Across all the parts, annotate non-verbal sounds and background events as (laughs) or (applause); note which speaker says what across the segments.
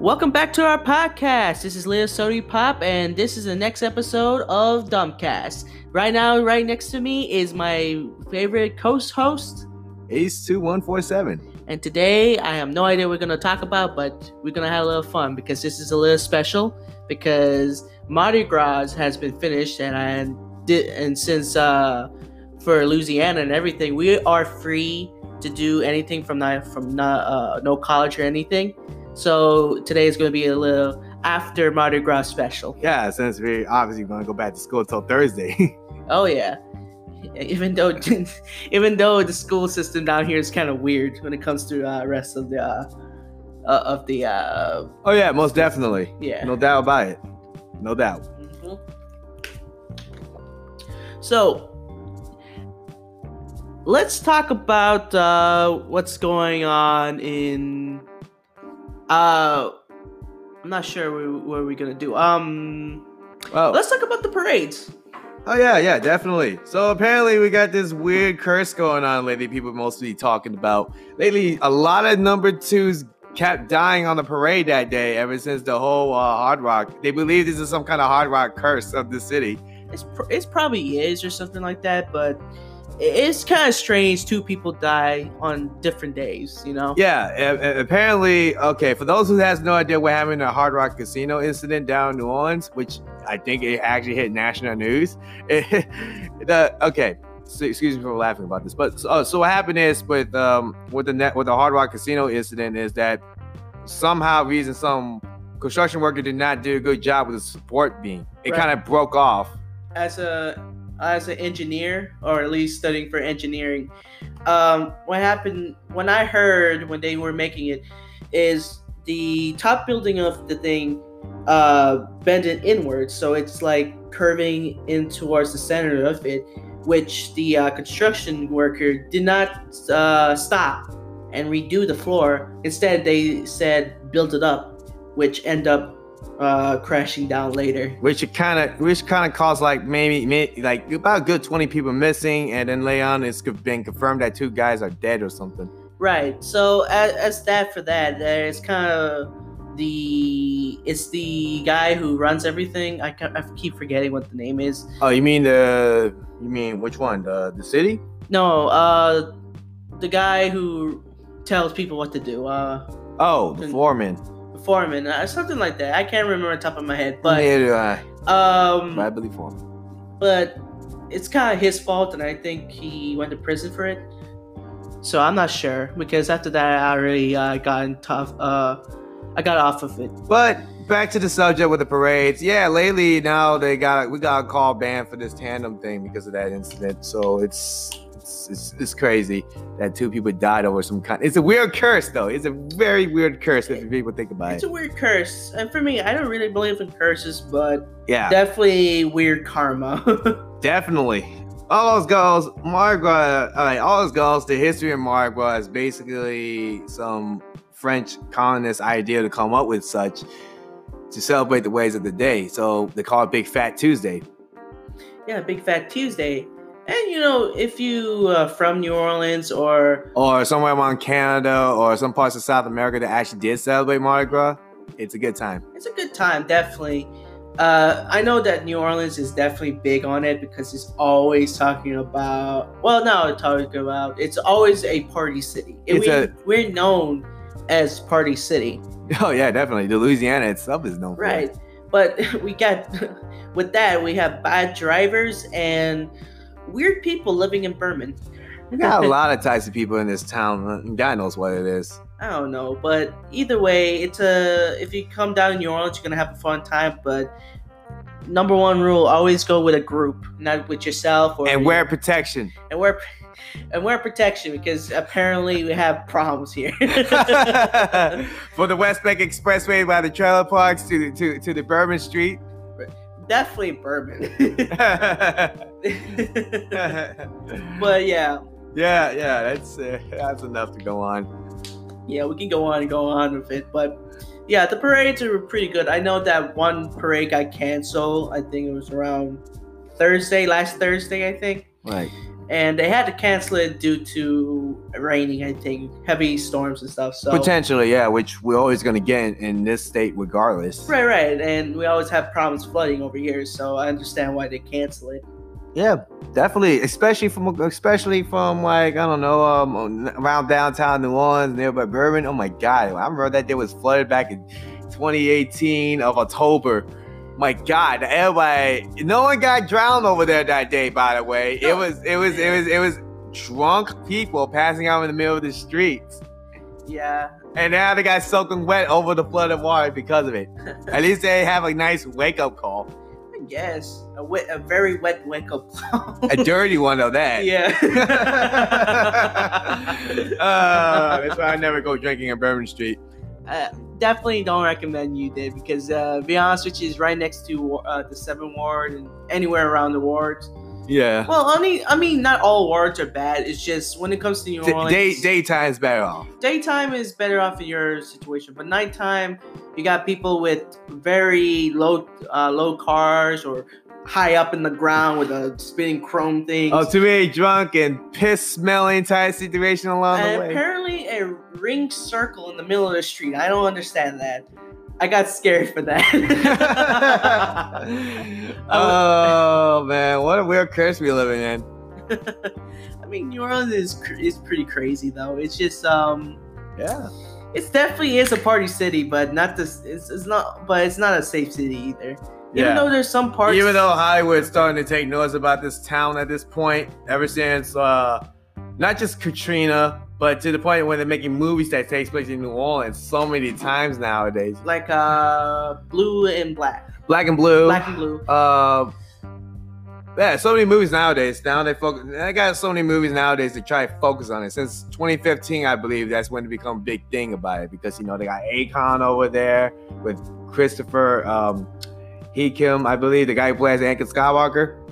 Speaker 1: Welcome back to our podcast. This is Leo Sodi Pop, and this is the next episode of Dumbcast. Right now, right next to me is my favorite coast host,
Speaker 2: Ace two one four seven.
Speaker 1: and today I have no idea what we're gonna talk about, but we're gonna have a little fun because this is a little special because Mardi Gras has been finished, and I did, and since uh, for Louisiana and everything, we are free to do anything from not from not, uh, no college or anything. So today is gonna be a little after Mardi Gras special.
Speaker 2: Yeah, since we're obviously going to go back to school till Thursday. (laughs)
Speaker 1: Oh yeah. Even though, (laughs) even though the school system down here is kind of weird when it comes to uh, rest of the, uh, uh, of the, uh,
Speaker 2: oh yeah, most definitely.
Speaker 1: yeah.
Speaker 2: No doubt about it. No doubt.
Speaker 1: Mhm. So, let's talk about uh, what's going on in. Uh, I'm not sure where, where we're gonna do. Um,
Speaker 2: Oh,
Speaker 1: let's talk about the parades.
Speaker 2: oh yeah, yeah, definitely. So apparently we got this weird curse going on lately. People mostly talking about lately. A lot of number twos kept dying on the parade that day. Ever since the whole uh, Hard Rock, they believe this is some kind of Hard Rock curse of the city.
Speaker 1: it's pr- it's probably is or something like that, but i- it's kind of strange. Two people die on different days, you know.
Speaker 2: Yeah, a- a- apparently, okay, for those who has no idea what happened in the Hard Rock Casino incident down in New Orleans, which I think it actually hit national news. (laughs) the okay, so, excuse me for laughing about this, but so, so what happened is with um with the net with the Hard Rock Casino incident is that somehow reason some construction worker did not do a good job with the support beam. It
Speaker 1: Right.
Speaker 2: kind of broke off.
Speaker 1: As a as an engineer, or at least studying for engineering, um, what happened when I heard when they were making it is the top building of the thing uh, bended inwards, so it's like curving in towards the center of it, which the uh, construction worker did not uh, stop and redo the floor. Instead, they said built it up, which end up uh, crashing down later.
Speaker 2: which it kind of which kind of caused like maybe, may like about a good 20 people missing and then later on it's been confirmed that two guys are dead or something
Speaker 1: Right. So as, as that for that, there's kind of the it's the guy who runs everything. I, ca- I keep forgetting what the name is.
Speaker 2: oh you mean the you mean which one the the city
Speaker 1: No, uh, the guy who tells people what to do. Uh,
Speaker 2: oh the
Speaker 1: Mm.
Speaker 2: foreman
Speaker 1: foreman, uh, something like that. I can't remember the top of my head, but
Speaker 2: Neither do I, but I
Speaker 1: um,
Speaker 2: believe foreman
Speaker 1: but it's kind of his fault, and I think he went to prison for it. So I'm not sure because after that, I really uh, got tough. Uh, I got off of it.
Speaker 2: but back to the subject with the parades yeah lately now they got we got a call ban for this tandem thing because of that incident so it's it's, it's, it's crazy that two people died over some kind. It's a weird curse, though. It's a very weird curse if people think about
Speaker 1: It's
Speaker 2: it.
Speaker 1: a weird curse, and for me, I don't really believe in curses, but
Speaker 2: Yeah.
Speaker 1: definitely weird karma. (laughs)
Speaker 2: Definitely. All those goals, Margua, all, right, all those goals, the history of Margua is basically some French colonist idea to come up with such to celebrate the ways of the day. So they call it Big Fat Tuesday.
Speaker 1: yeah, Big Fat Tuesday. And you know, if you uh, from New Orleans or
Speaker 2: Or somewhere around Canada or some parts of South America that actually did celebrate Mardi Gras, it's a good time. (laughs)
Speaker 1: it's a good time, definitely. Uh, I know that New Orleans is definitely big on it because it's always talking about. Well, no, talking about. It's always a party city.
Speaker 2: It's
Speaker 1: we,
Speaker 2: a-
Speaker 1: we're known as party city,
Speaker 2: Oh, yeah, definitely. The Louisiana itself is known for it.
Speaker 1: right? But (laughs) we got with that we have bad drivers and weird people living in Berman.
Speaker 2: We got
Speaker 1: (laughs)
Speaker 2: a lot of types of people in this town. God knows what it is.
Speaker 1: I don't know, but either way, it's a if you come down in New Orleans, you're gonna have a fun time. But number one rule: always go with a group, not with yourself. Or
Speaker 2: And wear protection.
Speaker 1: and wear and wear protection because apparently we have problems
Speaker 2: (laughs)
Speaker 1: here. (laughs)
Speaker 2: For the West Bank Expressway by the trailer parks to to, to the Bourbon Street. (laughs)
Speaker 1: Definitely bourbon.
Speaker 2: yeah,
Speaker 1: (laughs) but yeah,
Speaker 2: yeah, that's uh, that's enough to go on.
Speaker 1: yeah, we can go on and go on with it, but. Yeah, the parades are pretty good. I know that one parade got canceled. I think it was around Thursday, last Thursday, I think.
Speaker 2: Right.
Speaker 1: and they had to cancel it due to raining, I think, heavy storms and stuff. So
Speaker 2: Potentially, yeah, which we're always going to get in, in this state regardless.
Speaker 1: right, right, and we always have problems flooding over here, so I understand why they cancel it.
Speaker 2: Yeah, definitely, especially from especially from like I don't know um, around downtown New Orleans nearby Bourbon. Oh my God, I remember that day was flooded back in 2018 of October. My God, everybody, no one got drowned over there that day. By the way, it was it was it was it was drunk people passing out in the middle of the streets,
Speaker 1: Yeah,
Speaker 2: and now they got soaking wet over the flooded water because of it. At least they have a nice wake up call,
Speaker 1: I guess a, wet, a very wet wake up (laughs) call.
Speaker 2: a dirty one
Speaker 1: (laughs)
Speaker 2: of that. (laughs)
Speaker 1: yeah.
Speaker 2: uh, that's why I never go drinking in Bourbon Street.
Speaker 1: uh, definitely don't recommend you did because uh, be honest with you, is right next to uh, the seven ward and anywhere around the wards.
Speaker 2: Yeah.
Speaker 1: Well, I mean, I mean, not all wards are bad. It's just when it comes to New
Speaker 2: D-
Speaker 1: Orleans,
Speaker 2: day daytime's better off.
Speaker 1: daytime is better off in your situation, but nighttime, you got people with very low, uh, low cars or high up in the ground with a spinning chrome thing.
Speaker 2: Oh, too many drunk and piss smelling type situation along
Speaker 1: and
Speaker 2: the (laughs) way.
Speaker 1: apparently, a ring circle in the middle of the street. I don't understand that. I got scared for
Speaker 2: (laughs)
Speaker 1: that. (laughs)
Speaker 2: oh man, what a weird curse we living in.
Speaker 1: I mean, New Orleans is cr- is pretty crazy though. It's just um,
Speaker 2: Yeah.
Speaker 1: it's definitely is a party city, but not this. It's, it's not, but it's not a safe city either. Even
Speaker 2: Yeah.
Speaker 1: though there's some parts,
Speaker 2: Even though Hollywood's starting to take notice about this town at this point, ever since uh not just Katrina, but to the point where they're making movies that takes place in New Orleans so many times nowadays.
Speaker 1: like uh, blue and black,
Speaker 2: Black and blue.
Speaker 1: black and blue.
Speaker 2: Uh, yeah, so many movies nowadays. Now they focus. I got so many movies nowadays to try to focus on it. Since 2015, I believe that's when it become a big thing about it because you know they got Akon over there with Christopher um, Heakim, I believe the guy who plays Anakin Skywalker.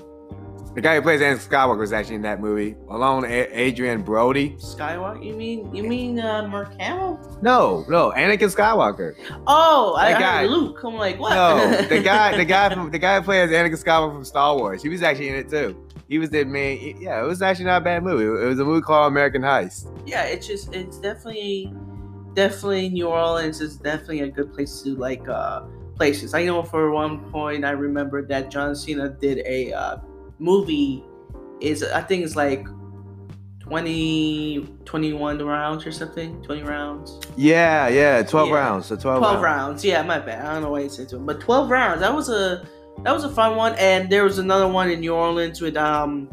Speaker 2: The guy who plays Anakin Skywalker is actually in that movie, along with A- Adrian Brody.
Speaker 1: Skywalk? You mean you mean uh, Mark Hamill?
Speaker 2: No, no, Anakin Skywalker.
Speaker 1: Oh, I,
Speaker 2: That
Speaker 1: I heard
Speaker 2: guy.
Speaker 1: Luke. I'm like, what? (laughs)
Speaker 2: No, the guy, the guy from the guy who plays Anakin Skywalker from Star Wars. He was actually in it too. He was the main. Yeah, it was actually not a bad movie. It was a movie called American Heist.
Speaker 1: yeah, it's just it's definitely definitely New Orleans is definitely a good place to like uh places. I know for one point I remember that John Cena did a uh movie is I think it's like 20 21 rounds or something 20 rounds
Speaker 2: Yeah, yeah, twelve
Speaker 1: Yeah.
Speaker 2: rounds. So twelve,
Speaker 1: 12 rounds yeah my bad i don't know why you said to but 12 rounds that was a that was a fun one and there was another one in new orleans with um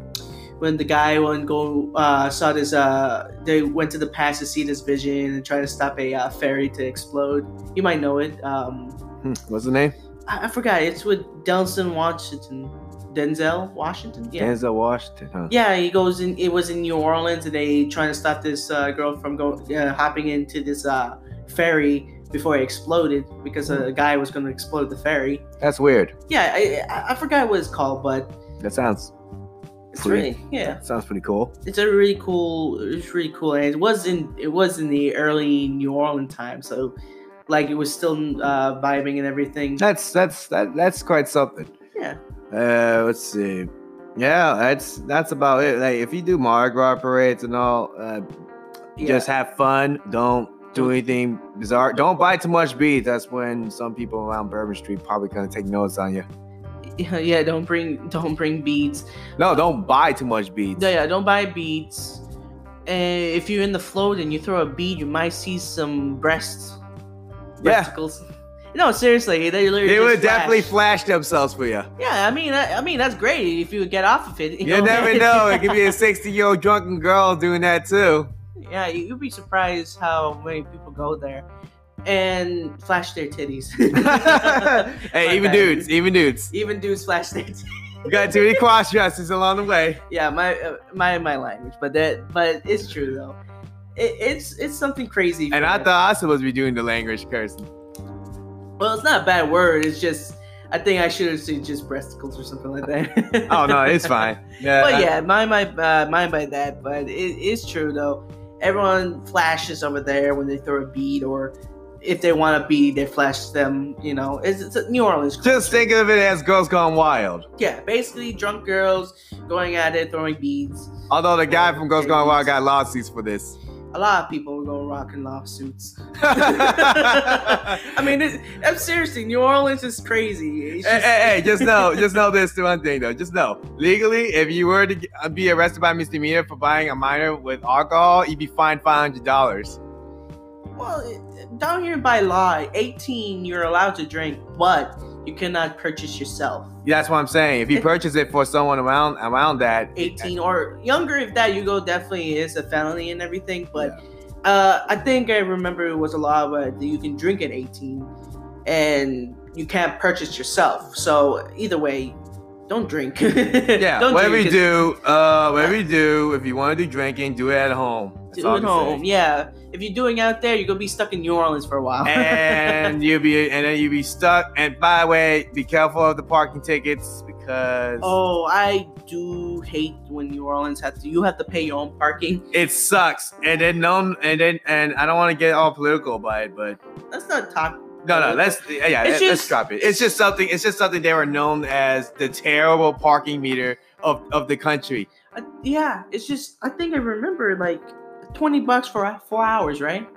Speaker 1: when the guy went go uh saw this uh they went to the past to see this vision and try to stop a uh, ferry to explode you might know it um
Speaker 2: Hmm, What's the name?
Speaker 1: i, I forgot it's with denzel washington denzel washington yeah
Speaker 2: Denzel Washington. Huh?
Speaker 1: yeah, he goes in. It was in New Orleans, and they trying to stop this uh, girl from go, uh, hopping into this uh, ferry before it exploded because a guy was going to explode the ferry.
Speaker 2: That's weird.
Speaker 1: Yeah, I, I- I forgot what it's called, but
Speaker 2: That sounds
Speaker 1: it's
Speaker 2: Pretty.
Speaker 1: really yeah,
Speaker 2: sounds pretty cool.
Speaker 1: it's a really cool. It's really cool, and it was in it was in the early New Orleans time, so like it was still uh, vibing and everything.
Speaker 2: That's that's that, that's quite something.
Speaker 1: Yeah.
Speaker 2: Uh, let's see. Yeah, that's that's about it. Like if you do Mardi Gras parades and all, uh,
Speaker 1: Yeah.
Speaker 2: Just have fun. Don't do anything bizarre. Don't buy too much beads. That's when some people around Bourbon Street probably gonna take notes on you.
Speaker 1: yeah, (laughs) don't bring don't bring beads.
Speaker 2: No, don't buy too much beads.
Speaker 1: No, yeah, don't buy beads. And if you're in the float and you throw a bead, you might see some breasts.
Speaker 2: Yeah,
Speaker 1: Breasticles. No, seriously, they literally
Speaker 2: they
Speaker 1: just
Speaker 2: would definitely
Speaker 1: flash.
Speaker 2: flash themselves for
Speaker 1: (laughs)
Speaker 2: you.
Speaker 1: Yeah, I mean, I, I mean that's great if you would get off of it. (laughs)
Speaker 2: You never know. It could be a 60 year old drunken girl doing that too. (laughs)
Speaker 1: yeah, you, you'd be surprised how many people go there and flash their
Speaker 2: (laughs)
Speaker 1: titties.
Speaker 2: hey, even
Speaker 1: bad.
Speaker 2: dudes, even dudes.
Speaker 1: Even dudes flash their titties.
Speaker 2: You got too many cross dresses along the way.
Speaker 1: yeah my uh, my my language, but that but it's true though. It, it's it's something crazy.
Speaker 2: And
Speaker 1: for
Speaker 2: I
Speaker 1: them.
Speaker 2: thought I was supposed to be doing the language curse.
Speaker 1: Well, it's not a bad word. It's just I think I should have said just breasticles or something like that.
Speaker 2: (laughs) Oh no, it's fine. Yeah.
Speaker 1: (laughs) But yeah, mind my uh, mind by that. But it is true though. Everyone flashes over there when they throw a bead or if they want to be, they flash them. You know, it's, it's a New Orleans.
Speaker 2: Just think of it as girls gone wild.
Speaker 1: Yeah, basically drunk girls going at it, throwing beads.
Speaker 2: Although the guy from Girls Gone Wild got lawsuits for this.
Speaker 1: A lot of people were going rocking
Speaker 2: (laughs)
Speaker 1: lawsuits.
Speaker 2: hey,
Speaker 1: (laughs) I mean, it, I'm seriously, New Orleans is crazy. It's just-
Speaker 2: hey, hey, just know, just know this one thing though. Just know, legally, if you were to get- uh, be arrested by misdemeanor for buying a minor with alcohol, you'd be fined five hundred dollars.
Speaker 1: Well, it- down here by law, 18, you're allowed to drink, but you cannot purchase yourself.
Speaker 2: That's what I'm saying. If you purchase it for someone around around that,
Speaker 1: 18 or younger, if that, you go definitely is a felony and everything. But uh, I think I remember it was a law where that you can drink at 18 and you can't purchase yourself. So either way, don't drink. (laughs)
Speaker 2: yeah,
Speaker 1: don't
Speaker 2: whatever you
Speaker 1: drink,
Speaker 2: do, uh, whatever you do, if you want to do drinking, do it at home. That's
Speaker 1: Do
Speaker 2: all I
Speaker 1: it
Speaker 2: can
Speaker 1: home. (laughs)
Speaker 2: say.
Speaker 1: Yeah. If you're doing out there, you're going to be stuck in New Orleans for a while.
Speaker 2: and you'll be and then you'll be stuck. And by the way, be careful of the parking tickets because
Speaker 1: Oh, I do hate when New Orleans has to. You have to pay your own parking.
Speaker 2: it sucks. And then no, and then and I don't want to get all political by it, but
Speaker 1: Let's not talk.
Speaker 2: no, no, let's yeah,
Speaker 1: It's
Speaker 2: let, us
Speaker 1: just-
Speaker 2: drop it. It's just something. It's just something they were known as the terrible parking meter of of the country.
Speaker 1: Uh, yeah, it's just I think I remember like twenty bucks for uh, four hours, right?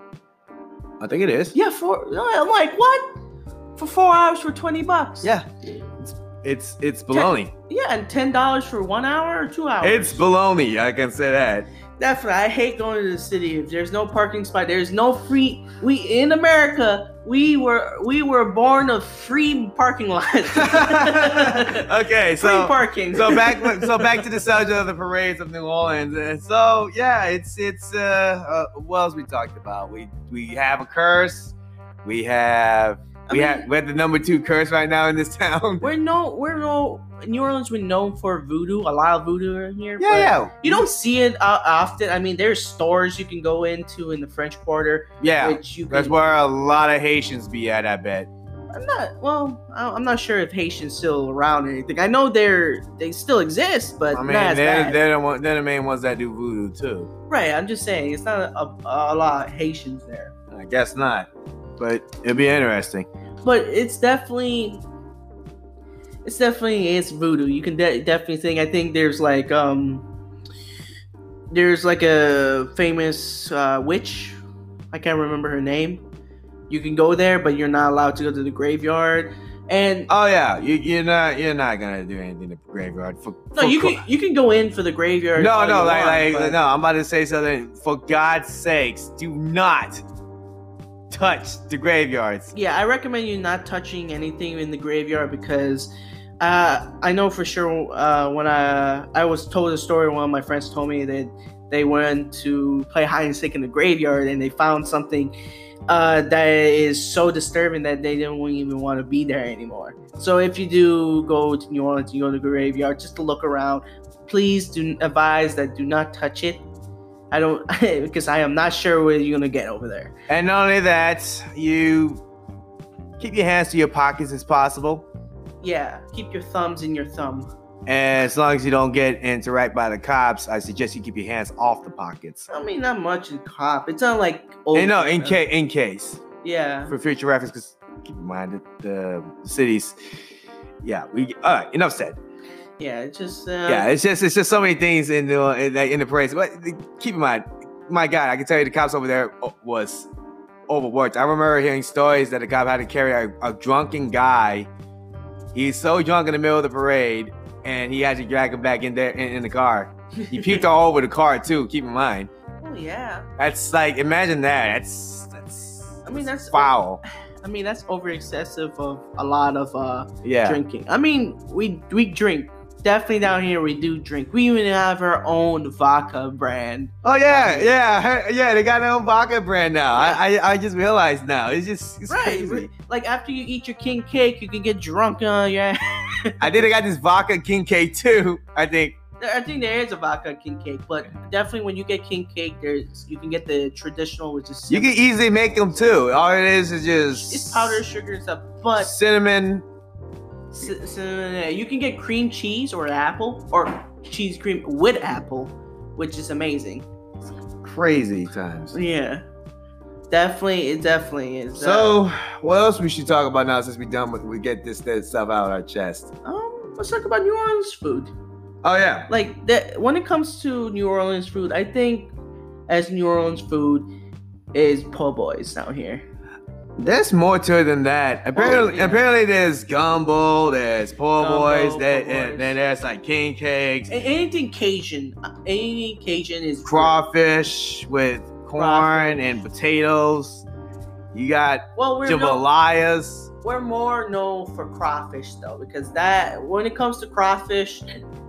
Speaker 2: I think it is.
Speaker 1: Yeah, four. I'm like, what? For four hours for twenty bucks?
Speaker 2: Yeah, it's it's, it's baloney.
Speaker 1: Yeah, and ten dollars for one hour or two hours.
Speaker 2: It's baloney. I can say that. (laughs)
Speaker 1: definitely. I hate going to the city. If there's no parking spot, there's no free. We in America, we were we were born of free parking
Speaker 2: (laughs)
Speaker 1: lots. (laughs) free
Speaker 2: okay, so
Speaker 1: parking.
Speaker 2: so back so back to the subject of the parades of New Orleans. And so yeah, it's it's uh, uh what else we talked about? We we have a curse. We have
Speaker 1: (laughs) I
Speaker 2: we
Speaker 1: mean-
Speaker 2: have we have the number two curse right now in this town.
Speaker 1: We're no, we're no. New Orleans, we're known for voodoo. A lot of voodoo in here.
Speaker 2: yeah,
Speaker 1: but
Speaker 2: yeah,
Speaker 1: You don't see it uh, often. I mean, there's stores you can go into in the French Quarter,
Speaker 2: yeah.
Speaker 1: which you can.
Speaker 2: That's where a lot of Haitians be at. I bet.
Speaker 1: I'm not. Well, I- I'm not sure if Haitians still around or anything. I know they're they still exist, but
Speaker 2: I mean,
Speaker 1: not as
Speaker 2: they're,
Speaker 1: bad.
Speaker 2: they're the one, they're the main ones that do voodoo too.
Speaker 1: right. I'm just saying, it's not a, a, lot of Haitians there,
Speaker 2: I guess not, but it'll be interesting.
Speaker 1: but it's definitely. It's definitely it's voodoo. You can de- definitely think. I think there's like um, there's like a famous uh, witch. I can't remember her name. You can go there, but you're not allowed to go to the graveyard. And uh,
Speaker 2: Oh yeah, you, you're not you're not gonna do anything in the graveyard for
Speaker 1: No,
Speaker 2: for
Speaker 1: you
Speaker 2: co-
Speaker 1: can you can go in for the graveyard. all
Speaker 2: No,
Speaker 1: you
Speaker 2: no, like,
Speaker 1: want,
Speaker 2: like,
Speaker 1: but-
Speaker 2: no. I'm about to say something. For God's sakes, do not touch the graveyards.
Speaker 1: Yeah, I recommend you not touching anything in the graveyard because uh, I know for sure uh, when I I was told a story. One of my friends told me that they went to play hide and seek in the graveyard and they found something uh, that is so disturbing that they didn't even want to be there anymore. So if you do go to New Orleans, you go to the graveyard just to look around. Please do advise that do not touch it. I don't (laughs) because I am not sure what you're gonna get over there.
Speaker 2: And not only that, you keep your hands to your pockets as possible.
Speaker 1: Yeah, keep your thumbs in your thumb.
Speaker 2: And as long as you don't get interacted by the cops, I suggest you keep your hands off the pockets.
Speaker 1: I mean, not much in cop. It's not like old.
Speaker 2: And no, in case, in case,
Speaker 1: Yeah.
Speaker 2: for future reference, because keep in mind that the cities. Yeah, we. All right, enough said.
Speaker 1: Yeah. It's just. Uh,
Speaker 2: yeah, it's just it's just so many things in the in the, in the parade. But keep in mind, my God, I can tell you the cops over there uh, was overworked. I remember hearing stories that a cop had to carry a, a drunken guy. He's so drunk in the middle of the parade, and he had to drag him back in there in, in the car.
Speaker 1: (laughs)
Speaker 2: He puked all over the car too. Keep in mind,
Speaker 1: Oh yeah.
Speaker 2: that's like imagine that. That's that's.
Speaker 1: I mean, that's-
Speaker 2: foul.
Speaker 1: I mean, that's over excessive of a lot of uh,
Speaker 2: Yeah.
Speaker 1: drinking. I mean, we we drink. Definitely down here we do drink. We even have our own vodka brand.
Speaker 2: Oh yeah, yeah, her- yeah. They got their own vodka brand now. I, I, I just realized now. It's just it's
Speaker 1: right.
Speaker 2: crazy.
Speaker 1: Like after you eat your king cake, you can get drunk on your
Speaker 2: I think I got this vodka King K too. I think.
Speaker 1: There- (laughs) I think there is a vodka king cake, but definitely when you get king cake, there's you can get the traditional, which is
Speaker 2: You can easily make them too. All it is is just
Speaker 1: it's powdered sugar and stuff. But
Speaker 2: cinnamon.
Speaker 1: c- c- you can get cream cheese or apple or cheese cream with apple, which is amazing.
Speaker 2: Crazy times.
Speaker 1: Yeah, Definitely, it definitely is. uh,
Speaker 2: So, what else we should talk about now since we done with we get this, this stuff out of our chest?
Speaker 1: um, let's talk about New Orleans food.
Speaker 2: Oh yeah,
Speaker 1: Like that when it comes to New Orleans food, I think as New Orleans food is po' boys out here.
Speaker 2: there's more to it than that. Apparently,
Speaker 1: Oh, yeah.
Speaker 2: apparently there's gumbo, there's po'
Speaker 1: Gumbo,
Speaker 2: boys,
Speaker 1: po'
Speaker 2: there,
Speaker 1: boys.
Speaker 2: and then there's like king cakes,
Speaker 1: A- Anything Cajun, any Cajun is good.
Speaker 2: crawfish with corn
Speaker 1: Crawfish.
Speaker 2: and potatoes. You got
Speaker 1: Well, we're no-
Speaker 2: jambalaya.
Speaker 1: we're more known for crawfish though because that when it comes to crawfish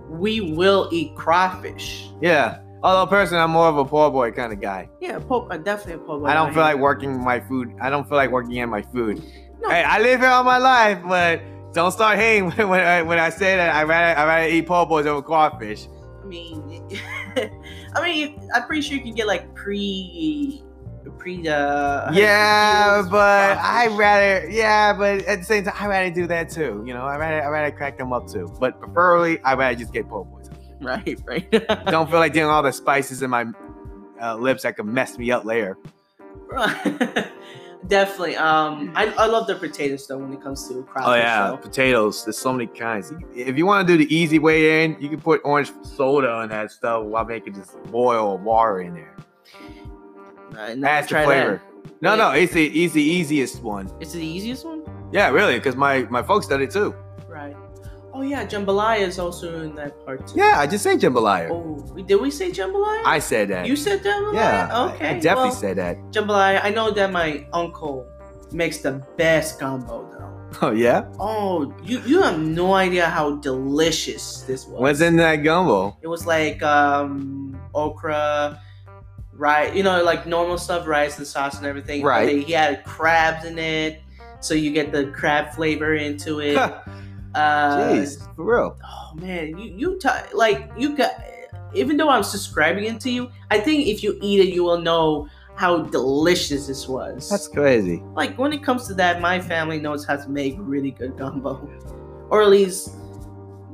Speaker 1: we will eat crawfish
Speaker 2: Yeah. Although personally, I'm more of a poor boy kind of guy.
Speaker 1: yeah po- uh, definitely a po' boy
Speaker 2: I don't
Speaker 1: out
Speaker 2: feel
Speaker 1: here.
Speaker 2: like working my food. I don't feel like working in my food.
Speaker 1: No.
Speaker 2: Hey, I live here all my life, but don't start hating (laughs) when, when, I, when I say that I rather I rather eat po' boys over crawfish.
Speaker 1: i mean (laughs) i mean i'm pretty sure you can get like pre pre
Speaker 2: (laughs)
Speaker 1: uh
Speaker 2: yeah,
Speaker 1: meals,
Speaker 2: but I
Speaker 1: crawfish.
Speaker 2: rather yeah, but at the same time I rather do that too. You know, I rather I rather crack them up too. But preferably, I rather just get po' boys.
Speaker 1: right (laughs) right
Speaker 2: don't feel like doing all the spices in my uh, lips that could mess me up later.
Speaker 1: (laughs) definitely um I, I love the potatoes though when it comes to crawfish
Speaker 2: Oh yeah,
Speaker 1: though.
Speaker 2: potatoes. There's so many kinds. If you want to do the easy way in, you can put orange soda on that stuff while making just boil water in there.
Speaker 1: I never
Speaker 2: That's the
Speaker 1: tried that.
Speaker 2: flavor. No, no, it's the easy, easiest one.
Speaker 1: it's the easiest one
Speaker 2: Yeah, really, because my my folks did it too.
Speaker 1: right oh yeah jambalaya is also in that part too
Speaker 2: Yeah, I just said jambalaya.
Speaker 1: Oh, we- did we say jambalaya?
Speaker 2: I said that.
Speaker 1: you said jambalaya.
Speaker 2: yeah, I-
Speaker 1: Okay.
Speaker 2: I, definitely
Speaker 1: well,
Speaker 2: said that. (laughs)
Speaker 1: jambalaya. I know that my uncle makes the best gumbo though.
Speaker 2: Oh yeah,
Speaker 1: Oh, you you have no idea how delicious this was.
Speaker 2: what's in that gumbo? (laughs)
Speaker 1: It was like um okra, rice. You know, like normal stuff, rice and sauce and everything. but
Speaker 2: Right.
Speaker 1: they- He had crabs in it, so you get the crab flavor into
Speaker 2: (laughs)
Speaker 1: it. uh,
Speaker 2: Jeez, for real.
Speaker 1: oh man, you you t- like you got. Even though I'm subscribing it to you, I think if you eat it, you will know how delicious this was.
Speaker 2: That's crazy.
Speaker 1: like when it comes to that, my family knows how to make really good gumbo, or at least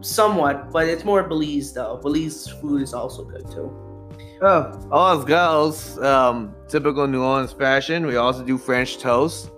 Speaker 1: somewhat. But it's more Belize though. Belize food is also good too.
Speaker 2: Oh, all us girls, um, typical New Orleans fashion. We also do French toast.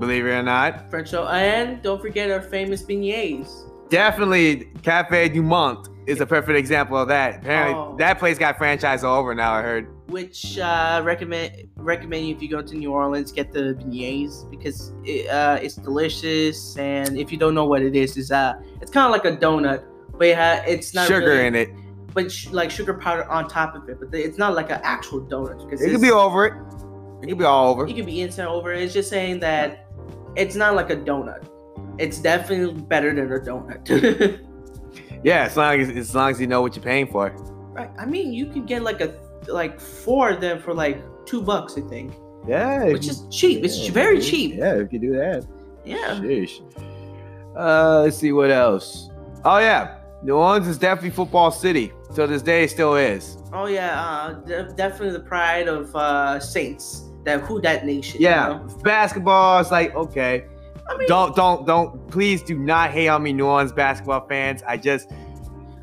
Speaker 2: Believe it or not,
Speaker 1: French toast, and don't forget our famous beignets.
Speaker 2: definitely Cafe Du Monde is a perfect example of that. Apparently,
Speaker 1: Oh.
Speaker 2: that place got franchised all over now. I heard.
Speaker 1: which uh, recommend recommend you if you go to New Orleans get the beignets because it, uh, it's delicious and if you don't know what it is, it's uh it's kind of like a donut, but it ha- it's not
Speaker 2: sugar
Speaker 1: really-
Speaker 2: in it.
Speaker 1: but sh- like sugar powder on top of it, but it's not like an actual donut because
Speaker 2: It could
Speaker 1: it's-
Speaker 2: be over it. It could be all over.
Speaker 1: it could be inside over. It's just saying that it's not like a donut. It's definitely better than a donut. (laughs)
Speaker 2: Yeah, as long as as long as you know what you're paying for.
Speaker 1: right? I mean, you can get like a like four of them for like two bucks, I think,
Speaker 2: Yeah,
Speaker 1: which is cheap. It's very cheap.
Speaker 2: Yeah, if you do that.
Speaker 1: yeah.
Speaker 2: Sheesh. Uh, let's see what else. Oh yeah, New Orleans is definitely football city. To this day, it still is.
Speaker 1: Oh yeah, uh, de- definitely the pride of uh, Saints. That who that nation? you
Speaker 2: Yeah,
Speaker 1: know?
Speaker 2: basketball. It's like okay,
Speaker 1: I mean,
Speaker 2: don't don't don't. Please do not hate on me, New Orleans basketball fans. I just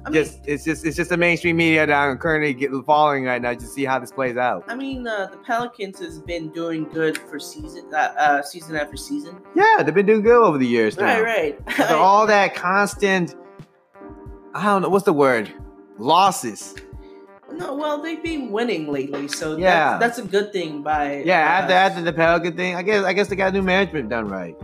Speaker 1: I mean,
Speaker 2: just it's just it's just the mainstream media that I'm currently get, following right now to see how this plays out.
Speaker 1: I mean, uh, the Pelicans has been doing good for season, uh, uh, season after season.
Speaker 2: Yeah, they've been doing good over the years.
Speaker 1: Right,
Speaker 2: now.
Speaker 1: right.
Speaker 2: After all that constant, I don't know what's the word, losses.
Speaker 1: (laughs) no, well, they've been winning lately, so
Speaker 2: Yeah.
Speaker 1: that's, that's a good thing. By
Speaker 2: Yeah,
Speaker 1: uh,
Speaker 2: after after the Pelican thing, I guess I guess they got new management done right.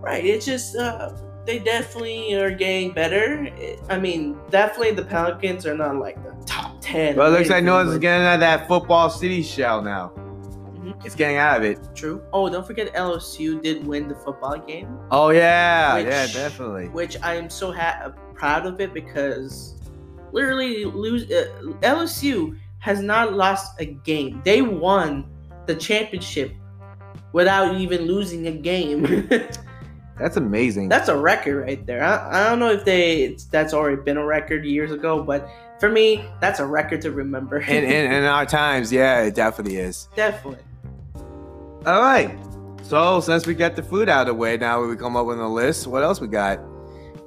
Speaker 1: right, it's just uh, they definitely are getting better. I mean, definitely the Pelicans are not like the top ten.
Speaker 2: Well, it looks like New Orleans is
Speaker 1: Anything,
Speaker 2: getting out of that football city shell now.
Speaker 1: but- Mhm,
Speaker 2: It's getting out of it.
Speaker 1: True. Oh, don't forget LSU did win the football game.
Speaker 2: Oh yeah,
Speaker 1: Which-
Speaker 2: yeah, definitely.
Speaker 1: which I am so ha- proud of it because literally lose uh, LSU has not lost a game. They won the championship without even losing a game. (laughs)
Speaker 2: That's amazing.
Speaker 1: that's a record right there. I, I don't know if they it's, that's already been a record years ago, but for me, that's a record to remember.
Speaker 2: in, in in our times, yeah, it definitely is.
Speaker 1: (laughs) Definitely.
Speaker 2: All right. So since we got the food out of the way, now we come up with a list. What else we got?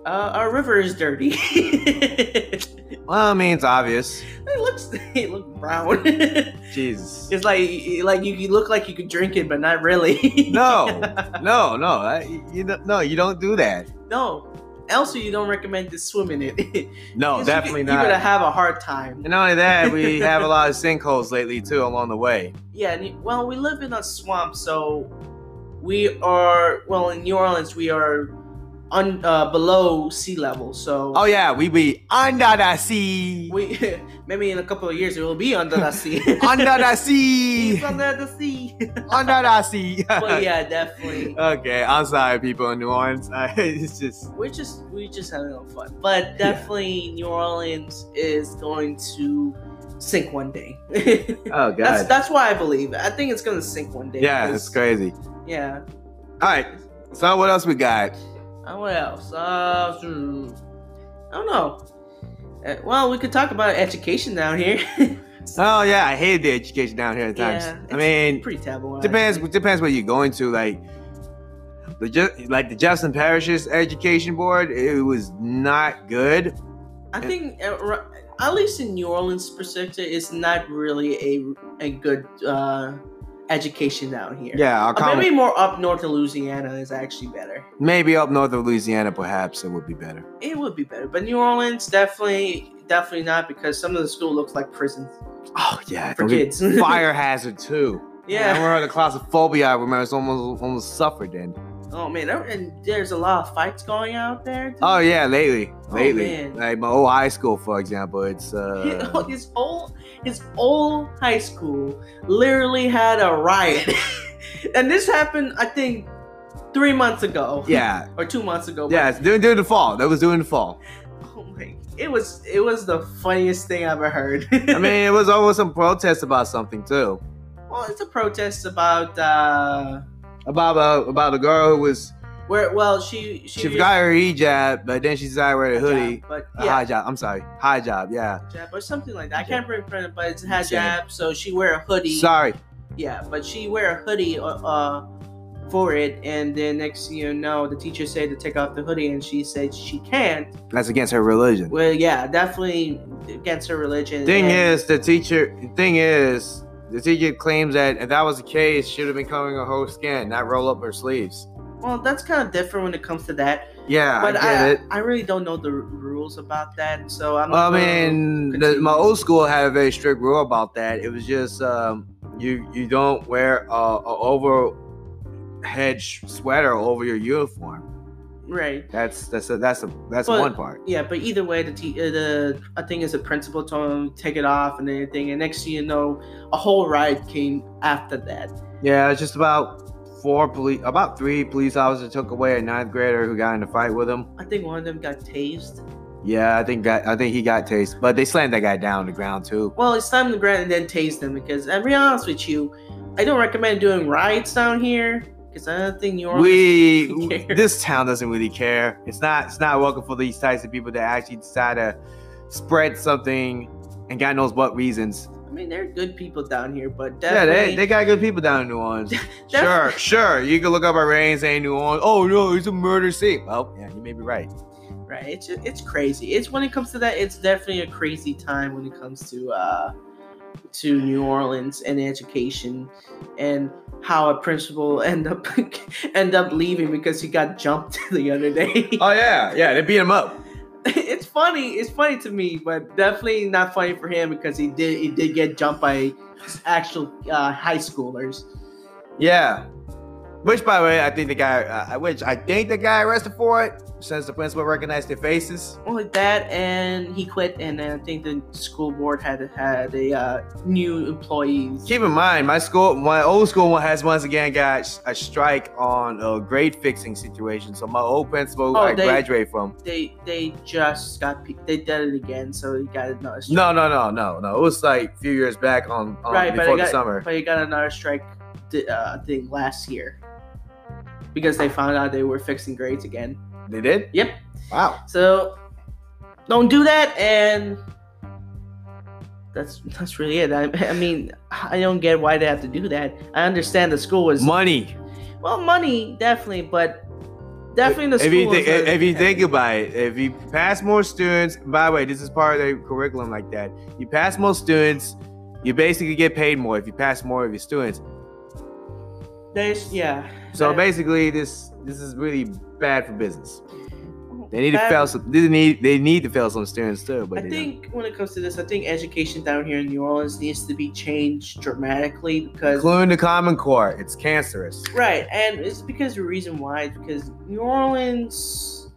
Speaker 1: uh, our river is dirty. (laughs) it
Speaker 2: Well, I mean, it's obvious.
Speaker 1: looks (laughs) it looks brown. (laughs)
Speaker 2: Jesus.
Speaker 1: it's like like you, you look like you could drink it, but not really. (laughs)
Speaker 2: No, no, no. I, you don't, no, you don't do that.
Speaker 1: no. Also, you don't recommend to swim (laughs) in it.
Speaker 2: No,
Speaker 1: 'Cause
Speaker 2: definitely
Speaker 1: you, could- You're gonna
Speaker 2: not.
Speaker 1: have a hard time.
Speaker 2: And not only that, we have a lot of sinkholes lately too along the way.
Speaker 1: Yeah. and you- Well, we live in a swamp, so we are. Well, in New Orleans, we are un, uh, below sea level. So
Speaker 2: Oh yeah, we be under the sea,
Speaker 1: we (laughs) maybe in a couple of years it will be under the sea.
Speaker 2: (laughs) under the sea,
Speaker 1: It's under the
Speaker 2: (laughs)
Speaker 1: sea.
Speaker 2: under the sea.
Speaker 1: (laughs) but yeah, definitely.
Speaker 2: Okay, I'm sorry, people in New Orleans. (laughs) I, it's just
Speaker 1: We're just we just having a little fun, but definitely New Orleans is going to sink one day. (laughs)
Speaker 2: oh god.
Speaker 1: that's that's why I believe. I think it's gonna sink one day.
Speaker 2: yeah,
Speaker 1: 'cause-
Speaker 2: it's crazy.
Speaker 1: Yeah.
Speaker 2: All right, so what else we got?
Speaker 1: Uh, what else? Uh, hmm, I don't know. Uh, well, we could talk about education down here. (laughs)
Speaker 2: Oh yeah, I hated the education down here at times.
Speaker 1: Yeah,
Speaker 2: I mean,
Speaker 1: Pretty taboo.
Speaker 2: depends depends where you're going to. Like the Ju- like the Justin Parish's education board, it was not good.
Speaker 1: I think uh, ri- at least in New Orleans perspective, it's not really a a good uh, education down here.
Speaker 2: Yeah, our
Speaker 1: Uh,
Speaker 2: common,
Speaker 1: maybe
Speaker 2: maybe,
Speaker 1: more up north of Louisiana is actually better.
Speaker 2: up north of Louisiana, perhaps it would be better.
Speaker 1: It would be better, but New Orleans definitely, definitely not because some of the school looks like prisons
Speaker 2: Oh yeah,
Speaker 1: for
Speaker 2: don't get-
Speaker 1: kids. (laughs)
Speaker 2: fire hazard too. I
Speaker 1: yeah.
Speaker 2: remember the claustrophobia. I remember it's almost almost suffered then.
Speaker 1: Oh man, there- and there's a lot of fights going out there. (laughs)
Speaker 2: Oh yeah, lately,
Speaker 1: Oh,
Speaker 2: lately,
Speaker 1: man. oh.
Speaker 2: like my old high school, for example,
Speaker 1: (laughs)
Speaker 2: it's uh,
Speaker 1: his whole his old high school literally had a riot, (laughs) and this happened I think three months ago.
Speaker 2: yeah,
Speaker 1: (laughs) or two months ago. but-
Speaker 2: yeah, it's during, during the fall. That was during the fall.
Speaker 1: (laughs) Oh my! It was it was the funniest thing I've ever heard. (laughs)
Speaker 2: I mean, it was always some protest about something too,
Speaker 1: well, it's a protest about uh,
Speaker 2: about a, about a girl who was
Speaker 1: where well she she,
Speaker 2: she forgot her hijab, but then she decided to wear a hoodie,
Speaker 1: but
Speaker 2: a
Speaker 1: yeah,
Speaker 2: hijab. I'm sorry, hijab. Yeah,
Speaker 1: hijab or something like that. I can't remember, but it's
Speaker 2: Hijab.
Speaker 1: hijab. So she wear a hoodie.
Speaker 2: sorry.
Speaker 1: Yeah, but she wear a hoodie uh, uh for it, and then next thing you know, the teacher said to take off the hoodie, and she said she can't.
Speaker 2: That's against her religion.
Speaker 1: Well, yeah, definitely against her religion.
Speaker 2: Thing
Speaker 1: and-
Speaker 2: is, the teacher. Thing is, the teacher claims that if that was the case, she would have been covering her whole skin, not roll up her sleeves.
Speaker 1: well, that's kind of different when it comes to that.
Speaker 2: Yeah,
Speaker 1: but
Speaker 2: I get
Speaker 1: I,
Speaker 2: it.
Speaker 1: I really don't know the r- rules about that, so I'm.
Speaker 2: Well,
Speaker 1: not
Speaker 2: I
Speaker 1: gonna-
Speaker 2: mean, the, my old school had a very strict rule about that. It was just um, you you don't wear a, a overhead sh- sweater over your uniform.
Speaker 1: right?
Speaker 2: That's that's a, that's a, that's
Speaker 1: But-
Speaker 2: one part.
Speaker 1: Yeah, but either way, the te- uh, the I think it's the principal told him to take it off and everything, and next thing you know, a whole riot came after that.
Speaker 2: Yeah, it's just about four police, about three police officers took away a ninth grader who got in a fight with him.
Speaker 1: I think one of them got tased.
Speaker 2: Yeah, I think that I think he got tased, but they slammed that guy down to the ground too.
Speaker 1: Well, it's time to grant and then tase them because I'm be honest with you, I don't recommend doing riots down here because I don't think New Orleans.
Speaker 2: We
Speaker 1: Doesn't care.
Speaker 2: this town doesn't really care. It's not it's not welcome for these types of people to actually decide to spread something and God knows what reasons.
Speaker 1: I mean, there are good people down here, but
Speaker 2: Yeah,
Speaker 1: definitely,
Speaker 2: they, they got good people down in
Speaker 1: (laughs)
Speaker 2: New Orleans. sure,
Speaker 1: Definitely.
Speaker 2: sure. You can look up our ratings saying New Orleans. Oh no, it's a murder scene. Well, yeah, you may be right.
Speaker 1: right? It's ju- it's crazy. It's when it comes to that, it's definitely a crazy time when it comes to uh, to New Orleans and education and how a principal end up (laughs) end up leaving because he got jumped (laughs) the other day.
Speaker 2: Oh yeah, yeah, they beat him up.
Speaker 1: it's funny. It's funny to me, but definitely not funny for him because he did he did get jumped by actual uh, high schoolers.
Speaker 2: Yeah. Which, by the way, I think the guy, uh, which I think the guy arrested for it, since the principal recognized their faces.
Speaker 1: Only that, and he quit. And then I think the school board had had a uh, new employees.
Speaker 2: Keep in mind, my school, my old school one has once again got a strike on a grade fixing situation. So my old principal
Speaker 1: Oh,
Speaker 2: I
Speaker 1: they-
Speaker 2: graduated from.
Speaker 1: they they just got pe- they did it again, so he got another strike.
Speaker 2: No, no, no, no, no. It was like a few years back on, on
Speaker 1: Right, but
Speaker 2: before
Speaker 1: I
Speaker 2: the
Speaker 1: got-
Speaker 2: summer.
Speaker 1: but he got another strike th- uh, thing last year because they found out they were fixing grades again.
Speaker 2: They did?
Speaker 1: Yep.
Speaker 2: Wow.
Speaker 1: So don't do that, and that's that's really it. I, I mean, I don't get why they have to do that. I understand the school was
Speaker 2: Money.
Speaker 1: well money definitely, but Definitely the
Speaker 2: if you
Speaker 1: schools.
Speaker 2: think
Speaker 1: are-
Speaker 2: if you think about it, if you pass more students, by the way, this is part of the curriculum like that. You pass more students, you basically get paid more if you pass more of your students.
Speaker 1: There's, yeah.
Speaker 2: So
Speaker 1: Yeah.
Speaker 2: basically, this this is really bad for business. They need to
Speaker 1: Bad-
Speaker 2: fail some. They need they need to fail some students too. But
Speaker 1: I
Speaker 2: they
Speaker 1: think when it comes to this, I think education down here in New Orleans needs to be changed dramatically
Speaker 2: don't.
Speaker 1: because
Speaker 2: including the Common Core, it's cancerous.
Speaker 1: right, and it's because the reason why is because New Orleans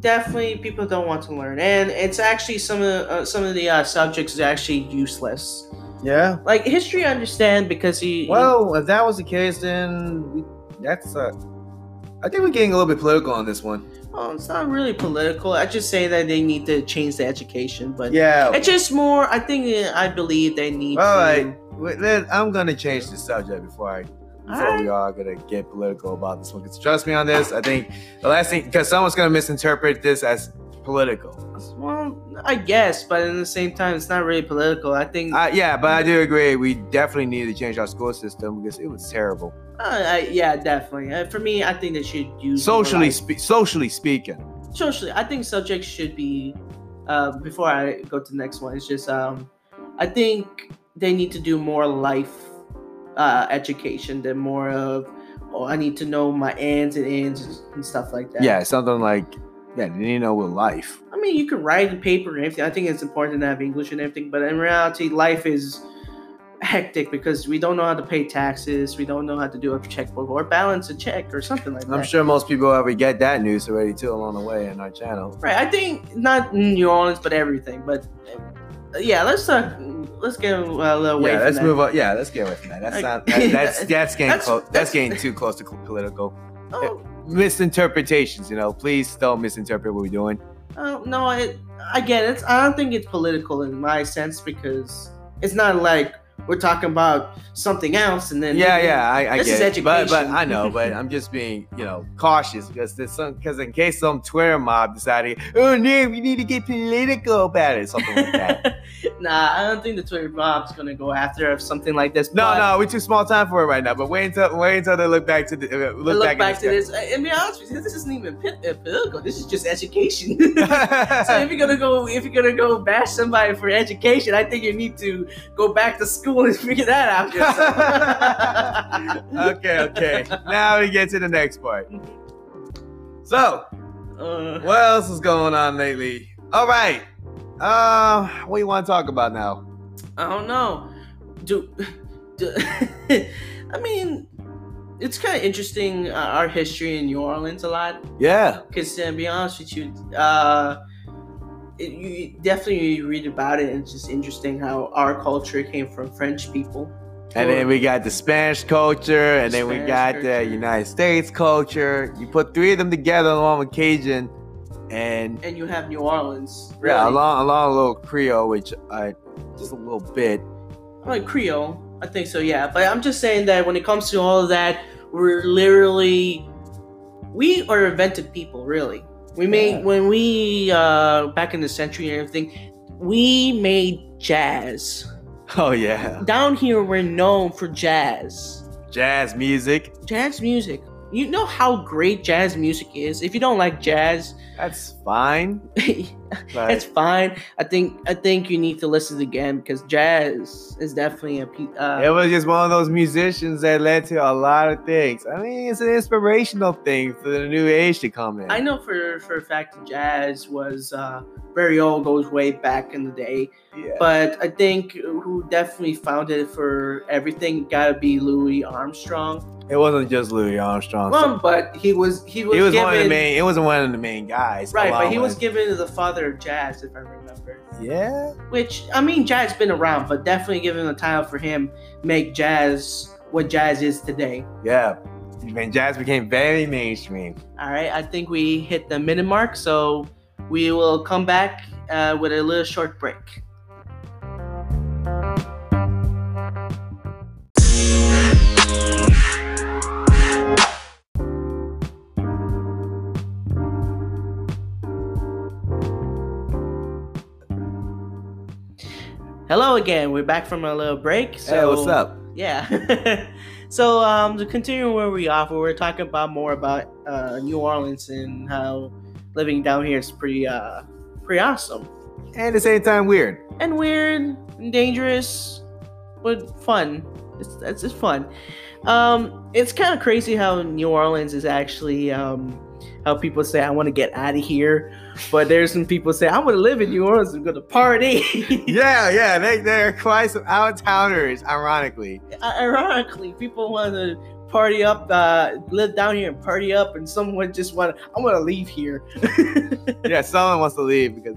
Speaker 1: definitely people don't want to learn, and it's actually some of the, uh, some of the uh, subjects is actually useless.
Speaker 2: Yeah.
Speaker 1: Like history, I understand because he
Speaker 2: Well, if that was the case, then we, that's uh, I think we're getting a little bit political on this one.
Speaker 1: well, it's not really political. I just say that they need to change the education, but
Speaker 2: Yeah.
Speaker 1: it's just more. I think uh, I believe they need.
Speaker 2: All
Speaker 1: to,
Speaker 2: right, Wait, let- I'm gonna change the subject before I before
Speaker 1: All right.
Speaker 2: we are gonna get political about this one. Because trust me on this, I think the last thing because someone's gonna misinterpret this as political.
Speaker 1: Well, I guess, but at the same time, it's not really political. I think, I,
Speaker 2: Uh, yeah, but I do agree. We definitely need to change our school system because it was terrible.
Speaker 1: uh, I, yeah, definitely. Uh, for me, I think they should use more
Speaker 2: Socially,
Speaker 1: like-
Speaker 2: spe- socially speaking,
Speaker 1: socially, I think subjects should be. Uh, before I go to the next one, it's just um, I think they need to do more life uh, education than more of. Oh, I need to know my ands and ends and stuff like that.
Speaker 2: yeah, something like yeah, you need to know with life.
Speaker 1: I mean, you can write in paper and everything. I think it's important to have English and everything, but in reality, life is hectic because we don't know how to pay taxes, we don't know how to do a checkbook or balance a check or something like
Speaker 2: I'm
Speaker 1: that.
Speaker 2: sure most people already get that news already too along the way in our channel.
Speaker 1: Right? I think not in New Orleans, but everything. But uh, yeah, let's uh, let's get a little away.
Speaker 2: yeah,
Speaker 1: from
Speaker 2: let's
Speaker 1: that.
Speaker 2: move on. Yeah, let's get away from that. That's
Speaker 1: Okay. (laughs)
Speaker 2: not that, that's that's getting
Speaker 1: That's-
Speaker 2: close. That's
Speaker 1: that's-
Speaker 2: getting too close to political.
Speaker 1: Oh,
Speaker 2: misinterpretations, you know. Please don't misinterpret what we're doing.
Speaker 1: oh no, it again. It's I don't think it's political in my sense because it's not like we're talking about something else and then
Speaker 2: yeah, yeah, I, I
Speaker 1: This
Speaker 2: get
Speaker 1: is
Speaker 2: it. But, but
Speaker 1: education.
Speaker 2: I know, but I'm just being, you know, cautious because there's some because in case some Twitter mob decided, oh no, we need to get political about it, something like that.
Speaker 1: (laughs) nah, I don't think the Twitter mob's gonna go after if something like this.
Speaker 2: No,
Speaker 1: but
Speaker 2: no, we're too small time for it right now. But wait until wait until they look back to the uh,
Speaker 1: but
Speaker 2: look,
Speaker 1: Look
Speaker 2: back,
Speaker 1: back,
Speaker 2: at
Speaker 1: to this. I- And be honest with you, this isn't even pit, uh, political. This is just education. (laughs) so
Speaker 2: (laughs)
Speaker 1: if you're gonna go, if you're gonna go bash somebody for education, I think you need to go back to school and (laughs) figure that out
Speaker 2: (laughs)
Speaker 1: yourself.
Speaker 2: okay, okay. Now we get to the next part. So,
Speaker 1: Uh,
Speaker 2: what else is going on lately? All right. Uh, what do you want to talk about now?
Speaker 1: I don't know. Do, do (laughs) I mean? It's kind of interesting uh, our history in New Orleans a lot.
Speaker 2: Yeah.
Speaker 1: Because to be honest with you, uh, it, you definitely read about it, and it's just interesting how our culture came from French people.
Speaker 2: And then we got the Spanish culture, and then we
Speaker 1: Spanish
Speaker 2: got
Speaker 1: culture.
Speaker 2: the United States culture. You put three of them together along with Cajun, and
Speaker 1: and you have New Orleans.
Speaker 2: yeah,
Speaker 1: really.
Speaker 2: along along a little Creole, which I just a little bit. (laughs)
Speaker 1: like Creole, I think so. Yeah, but I'm just saying that when it comes to all of that, we're literally we are invented people. Really, we made
Speaker 2: Yeah.
Speaker 1: when we uh, back in the century and everything, we made jazz.
Speaker 2: Oh yeah,
Speaker 1: Down here, we're known for jazz.
Speaker 2: jazz music.
Speaker 1: jazz music. You know how great jazz music is. If you don't like jazz, (laughs)
Speaker 2: That's fine.
Speaker 1: it's
Speaker 2: But
Speaker 1: fine. I think I think you need to listen again because jazz is definitely a pe-
Speaker 2: It
Speaker 1: uh,
Speaker 2: was just one of those musicians that led to a lot of things. I mean, it's an inspirational thing for the new age to come in.
Speaker 1: I know for for a fact that jazz was uh, very old, goes way back in the day.
Speaker 2: Yeah.
Speaker 1: But I think who definitely founded it for everything gotta be Louis Armstrong.
Speaker 2: It wasn't just Louis Armstrong.
Speaker 1: Um, but he was he was,
Speaker 2: he was
Speaker 1: given,
Speaker 2: one of the main. It was one of the main guys.
Speaker 1: right, but
Speaker 2: along
Speaker 1: he was
Speaker 2: with-
Speaker 1: given the father of jazz, if I remember.
Speaker 2: Yeah.
Speaker 1: which I mean, jazz been around, but definitely giving the title for him make jazz what jazz is today.
Speaker 2: Yeah. And jazz became very mainstream.
Speaker 1: All right, I think we hit the minute mark, so we will come back uh, with a little short break. Hello again. We're back from a little break. So
Speaker 2: hey, what's up?
Speaker 1: yeah. (laughs) so um, to continue where we off, we were talking about more about uh, New Orleans and how living down here is pretty uh, pretty awesome
Speaker 2: And at the same time, weird.
Speaker 1: and weird and dangerous, but fun. It's it's just fun. Um, it's kind of crazy how New Orleans is actually um, how people say I want to get out of here, but there's some people say I'm gonna live in New Orleans. I'm gonna party. (laughs)
Speaker 2: Yeah, yeah. They, they're quite some out of towners,
Speaker 1: (laughs)
Speaker 2: ironically.
Speaker 1: Ironically, people want to party up, uh, live down here and party up, and someone just want to I want to leave here.
Speaker 2: yeah, someone wants to leave because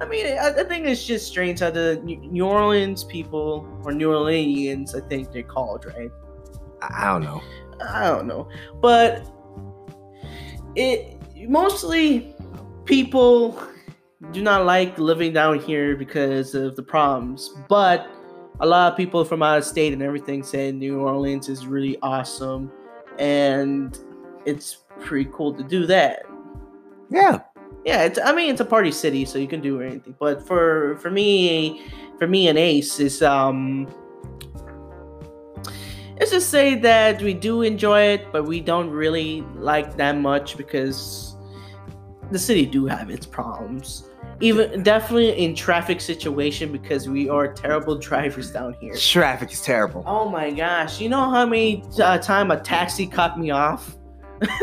Speaker 1: I mean, I, I think it's just strange how the New New Orleans people or New Orleanians, I think they're called right.
Speaker 2: I I don't know.
Speaker 1: I don't know, but it mostly people do not like living down here because of the problems. But a lot of people from out of state and everything say New Orleans is really awesome, and it's pretty cool to do that.
Speaker 2: Yeah,
Speaker 1: Yeah, it's, I mean it's a party city, so you can do anything. But for for me, for me and Ace is um, let's just say that we do enjoy it, but we don't really like that much because the city do have its problems. Even definitely in traffic situation because we are terrible (laughs) drivers down here.
Speaker 2: traffic is terrible.
Speaker 1: Oh my gosh! You know how many uh, time a taxi cut me off?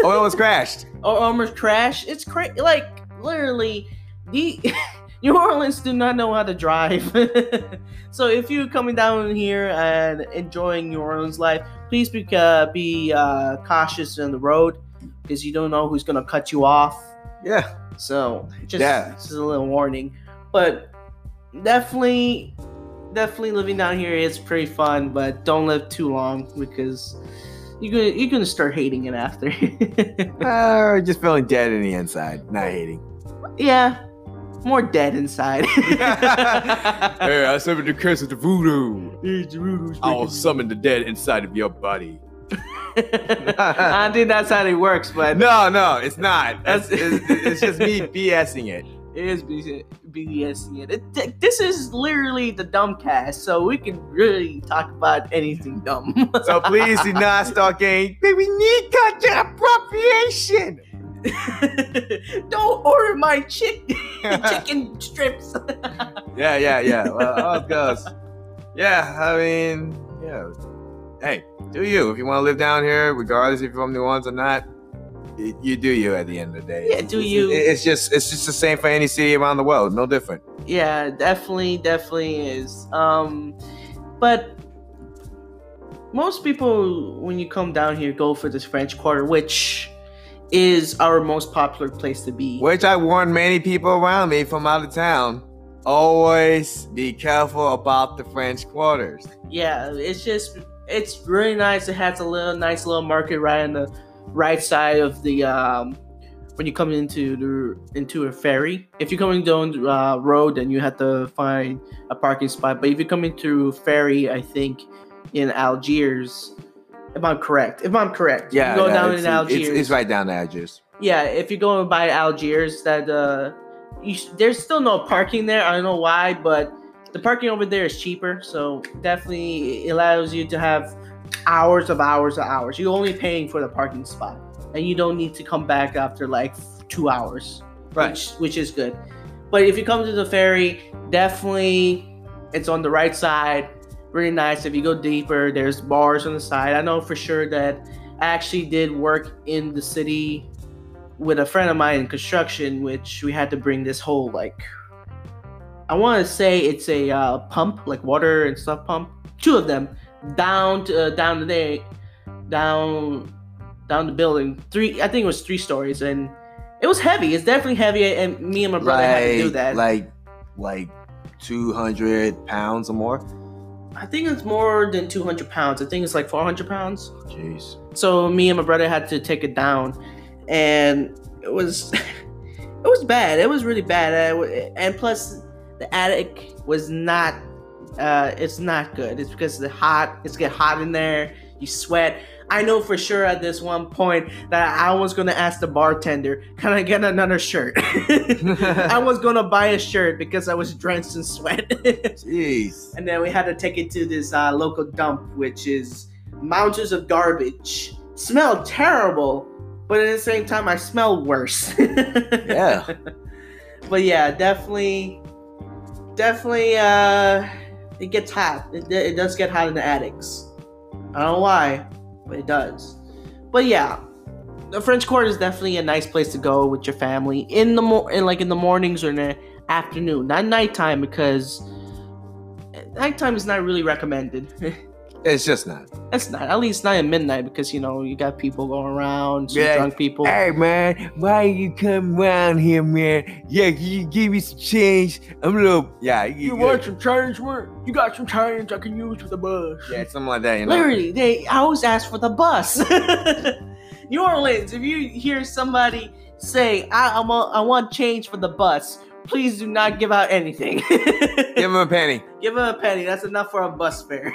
Speaker 2: Oil was Oh, crashed.
Speaker 1: or almost crash. It's crazy. Like literally, the (laughs) New Orleans do not know how to drive. (laughs) so if you're coming down here and enjoying New Orleans life, please be uh, be uh, cautious on the road because you don't know who's gonna cut you off.
Speaker 2: (laughs) Yeah,
Speaker 1: So just
Speaker 2: Yeah.
Speaker 1: this is a little warning, but definitely. Definitely living down here is pretty fun, but don't live too long because you're gonna you're gonna start hating it after. (laughs)
Speaker 2: uh, just feeling dead in the inside, not hating.
Speaker 1: Yeah, more dead inside.
Speaker 2: (laughs) Hey, I summoned the curse of the voodoo. I will summon the dead inside of your (laughs) body.
Speaker 1: I think that's how it works, but
Speaker 2: No, no, it's not. It's,
Speaker 1: That's-
Speaker 2: it's, it's just (laughs) me BSing it.
Speaker 1: it is BS- BSing it. it. th- This is literally the dumb cast, so we can really talk about anything dumb. (laughs)
Speaker 2: So please do not stalk any. We need culture (laughs) appropriation.
Speaker 1: Don't order my chick- chicken strips.
Speaker 2: Yeah, yeah, yeah. Well, of course. Yeah, I mean, yeah. Hey, do you? If you want to live down here, regardless if you're from New Orleans or not, y- you do you. At the end of the day,
Speaker 1: Yeah, do
Speaker 2: It's-
Speaker 1: you.
Speaker 2: it- It's just, it's just the same for any city around the world. No different.
Speaker 1: yeah, definitely, definitely is. Um, but most people, when you come down here, go for this French Quarter, which is our most popular place to be.
Speaker 2: Which I warned many people around me from out of town. Always be careful about the French quarters.
Speaker 1: Yeah, it's just it's really nice. It has a little nice little market right on the right side of the um when you come into the into a ferry. If you're coming down uh, road, then you have to find a parking spot. But if you're coming through ferry, I think in Algiers, if I'm correct, if I'm correct, you go down
Speaker 2: it's,
Speaker 1: in
Speaker 2: it's-
Speaker 1: Algiers.
Speaker 2: It's, right down in Algiers.
Speaker 1: Yeah, if you're going by Algiers, that uh, you sh- there's still no parking there. I don't know why, but the parking over there is cheaper, so definitely it allows you to have hours of hours of hours. You're only paying for the parking spot, and you don't need to come back after like two hours which, which is good. But if you come to the ferry, definitely it's on the right side. Really nice. If you go deeper, there's bars on the side. I know for sure that I actually did work in the city with a friend of mine in construction, which we had to bring this whole like I want to say it's a uh, pump, like water and stuff pump. Two of them down to, uh, down the day, down down the building. Three, I think it was three stories, and it was heavy. It's definitely heavy, and me and my brother had to do that.
Speaker 2: Like, like 200 pounds or more.
Speaker 1: I think it's more than 200 pounds. I think it's like 400 pounds.
Speaker 2: Jeez.
Speaker 1: So me and my brother had to take it down, and it was (laughs) it was bad. It was really bad, I w- and plus the attic was not. Uh, it's not good. It's because the hot. It's get hot in there. You sweat. I know for sure at this one point that I was gonna ask the bartender, "Can I get another shirt?" (laughs) I was gonna buy a shirt because I was drenched in sweat. (laughs)
Speaker 2: Jeez.
Speaker 1: and then we had to take it to this uh, local dump, which is mountains of garbage. Smelled terrible, but at the same time, I smell worse. (laughs)
Speaker 2: Yeah.
Speaker 1: but yeah, definitely, definitely, uh, it gets hot. It, it does get hot in the attics. I don't know why, but it does. But yeah, the French Quarter is definitely a nice place to go with your family in the mor- in like in the mornings or in the afternoon, not nighttime because eh, nighttime is not really recommended. (laughs)
Speaker 2: It's just not.
Speaker 1: That's not at least not at midnight because you know you got people going around, some
Speaker 2: Yeah.
Speaker 1: drunk people.
Speaker 2: Hey man, why you come around here, man? Yeah, can you give me some change? I'm a little. Yeah, you, you-
Speaker 1: some change, work? You got some change I can use for the bus.
Speaker 2: Yeah, something like that. You know.
Speaker 1: Literally, they I always ask for the bus. (laughs) New Orleans, if you hear somebody say, I, I, want, I want change for the bus, please do not give out anything. (laughs)
Speaker 2: Give him a penny. (laughs)
Speaker 1: give them a penny. That's enough for a bus fare.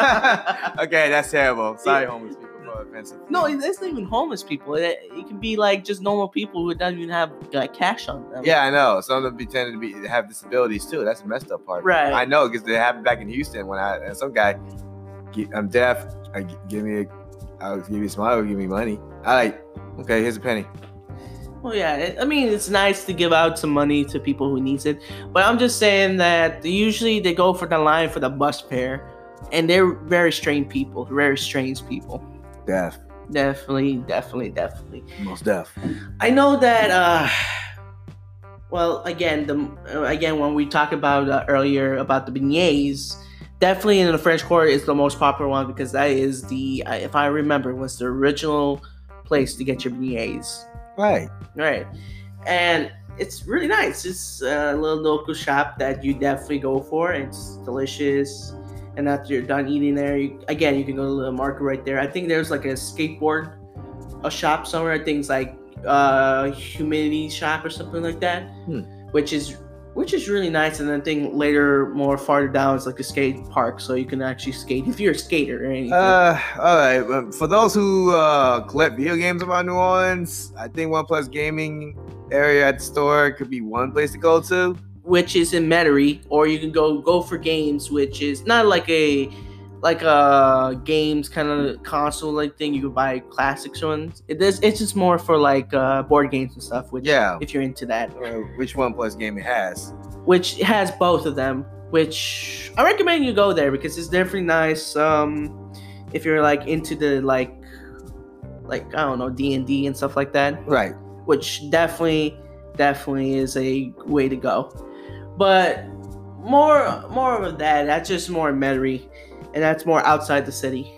Speaker 2: okay, that's terrible. Sorry, homeless people for offensive.
Speaker 1: no, it- it's not even homeless people. It, it can be like just normal people who don't even have like, cash on them.
Speaker 2: Yeah, I know. Some of them be tended to be have disabilities too. That's the messed up part.
Speaker 1: Right.
Speaker 2: I know because it happened back in Houston when I and some guy, "Gi- I'm deaf. I gi- give me a, I'll give you some. I'll give me money. I like. Okay, here's a penny.
Speaker 1: Well, yeah. it- I mean, it's nice to give out some money to people who needs it, but I'm just saying that usually they go for the line for the bus fare, and they're very strange people, very strange people.
Speaker 2: Deaf,
Speaker 1: Definitely, definitely, definitely.
Speaker 2: most deaf.
Speaker 1: I know that. uh Well, again, the uh, again when we talked about uh, earlier about the beignets, definitely in the French Quarter is the most popular one because that is the, I- if I remember, was the original place to get your beignets.
Speaker 2: Right.
Speaker 1: Right. And it's really nice. It's a little local shop that you definitely go for. It's delicious. And after you're done eating there, you, again, you can go to the market right there. I think there's like a skateboard a shop somewhere. I think it's like uh, humidity shop or something like that,
Speaker 2: Hmm.
Speaker 1: which is which is really nice. And then I think later, more farther down, is like a skate park, so you can actually skate if you're a skater or anything.
Speaker 2: Uh, all right. Well, For those who uh, collect video games about New Orleans, I think One Plus Gaming area at the store could be one place to go to.
Speaker 1: which is in Metairie, or you can go go for games, which is not like a like a games kind of console like thing. You can buy classics ones. It is it's just more for like uh, board games and stuff. Which
Speaker 2: Yeah.
Speaker 1: if you're into that,
Speaker 2: Uh, Which One Plus Gaming has?
Speaker 1: which has both of them. Which I recommend you go there because it's definitely nice. Um, if you're like into the like like I don't know D and D and stuff like that
Speaker 2: Right.
Speaker 1: which definitely definitely is a way to go. But more more of that, that's just more in Metairie, and that's more outside the city,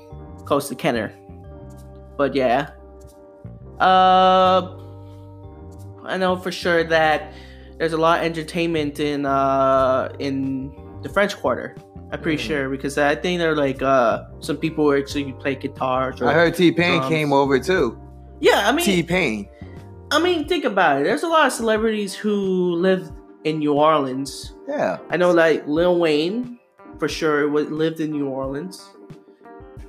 Speaker 1: close to Kenner. But yeah. Uh I know for sure that there's a lot of entertainment in uh in the French Quarter. I'm pretty
Speaker 2: Mm.
Speaker 1: sure because I think there are like uh some people who actually play guitars or
Speaker 2: I heard T Pain
Speaker 1: Drums.
Speaker 2: came over too.
Speaker 1: yeah I mean
Speaker 2: T Pain.
Speaker 1: I mean, think about it. There's a lot of celebrities who live in New Orleans.
Speaker 2: Yeah.
Speaker 1: I know, like Lil Wayne, for sure, wa- lived in New Orleans.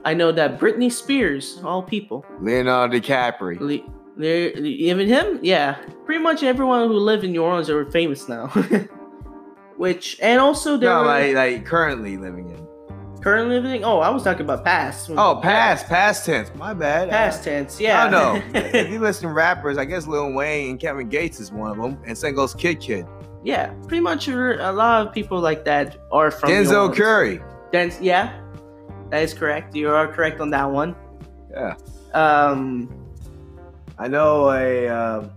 Speaker 1: I know that Britney Spears, all people,
Speaker 2: Leonardo DiCaprio.
Speaker 1: Le- there- even him, yeah, pretty much everyone who lived in New Orleans are famous now. (laughs) Which and also there
Speaker 2: No,
Speaker 1: were
Speaker 2: like like currently living in.
Speaker 1: current living. Oh, I was talking about past.
Speaker 2: Oh, past past tense. My bad. Uh,
Speaker 1: past tense. Yeah, (laughs)
Speaker 2: I don't know. if you listen to rappers, I guess Lil Wayne and Kevin Gates is one of them, and Singles Kid Kid.
Speaker 1: yeah, pretty much a lot of people like that are from New
Speaker 2: Denzel
Speaker 1: Orleans.
Speaker 2: Curry.
Speaker 1: Then yeah, that is correct. You are correct on that one.
Speaker 2: Yeah.
Speaker 1: Um,
Speaker 2: I know a um,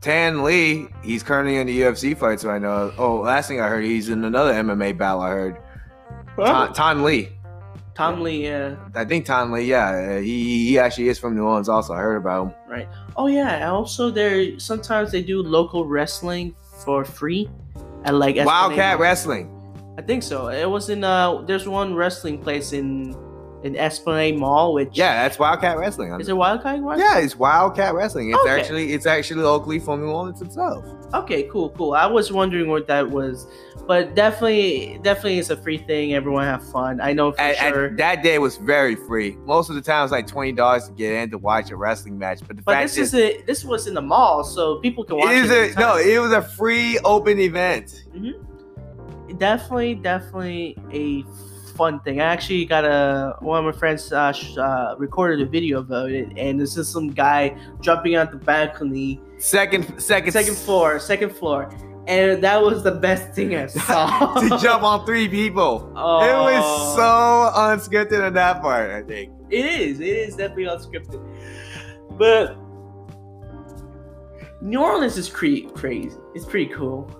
Speaker 2: Tan Lee. He's currently in the UFC fights right now. Oh, last thing I heard, he's in another MMA battle. I heard Tan,
Speaker 1: Tom,
Speaker 2: Tan Lee.
Speaker 1: Tom Lee. Uh,
Speaker 2: I think Tan Lee. Yeah, Uh, he he actually is from New Orleans. Also, I heard about him.
Speaker 1: oh yeah. and Also, there sometimes they do local wrestling for free. At like Esplanade.
Speaker 2: Wildcat Wrestling.
Speaker 1: I think so. It was in uh. There's one wrestling place in in Esplanade Mall, which
Speaker 2: Yeah, that's Wildcat Wrestling. I'm-
Speaker 1: is it Wildcat Wrestling?
Speaker 2: yeah, it's Wildcat Wrestling. It's
Speaker 1: Okay.
Speaker 2: actually it's actually locally from New Orleans itself.
Speaker 1: Okay, cool, cool. I was wondering what that was, but definitely, definitely, it's a free thing. Everyone have fun. I know for
Speaker 2: And, and
Speaker 1: sure.
Speaker 2: that day was very free. Most of the time, it's like twenty dollars to get in to watch a wrestling match. But the
Speaker 1: but
Speaker 2: fact
Speaker 1: this is a, this was in the mall, so people can watch
Speaker 2: it
Speaker 1: it.
Speaker 2: is a
Speaker 1: anytime.
Speaker 2: no, it was a free open event.
Speaker 1: definitely, definitely a fun thing. I actually got a one of my friends uh, sh- uh, recorded a video about it, and this is some guy jumping out the balcony,
Speaker 2: Second, second,
Speaker 1: second floor, second floor, and that was the best thing I saw.
Speaker 2: (laughs) to jump on three people.
Speaker 1: Oh.
Speaker 2: It was so unscripted on that part. I think.
Speaker 1: It is. It is definitely unscripted. But New Orleans is pretty crazy. It's pretty cool.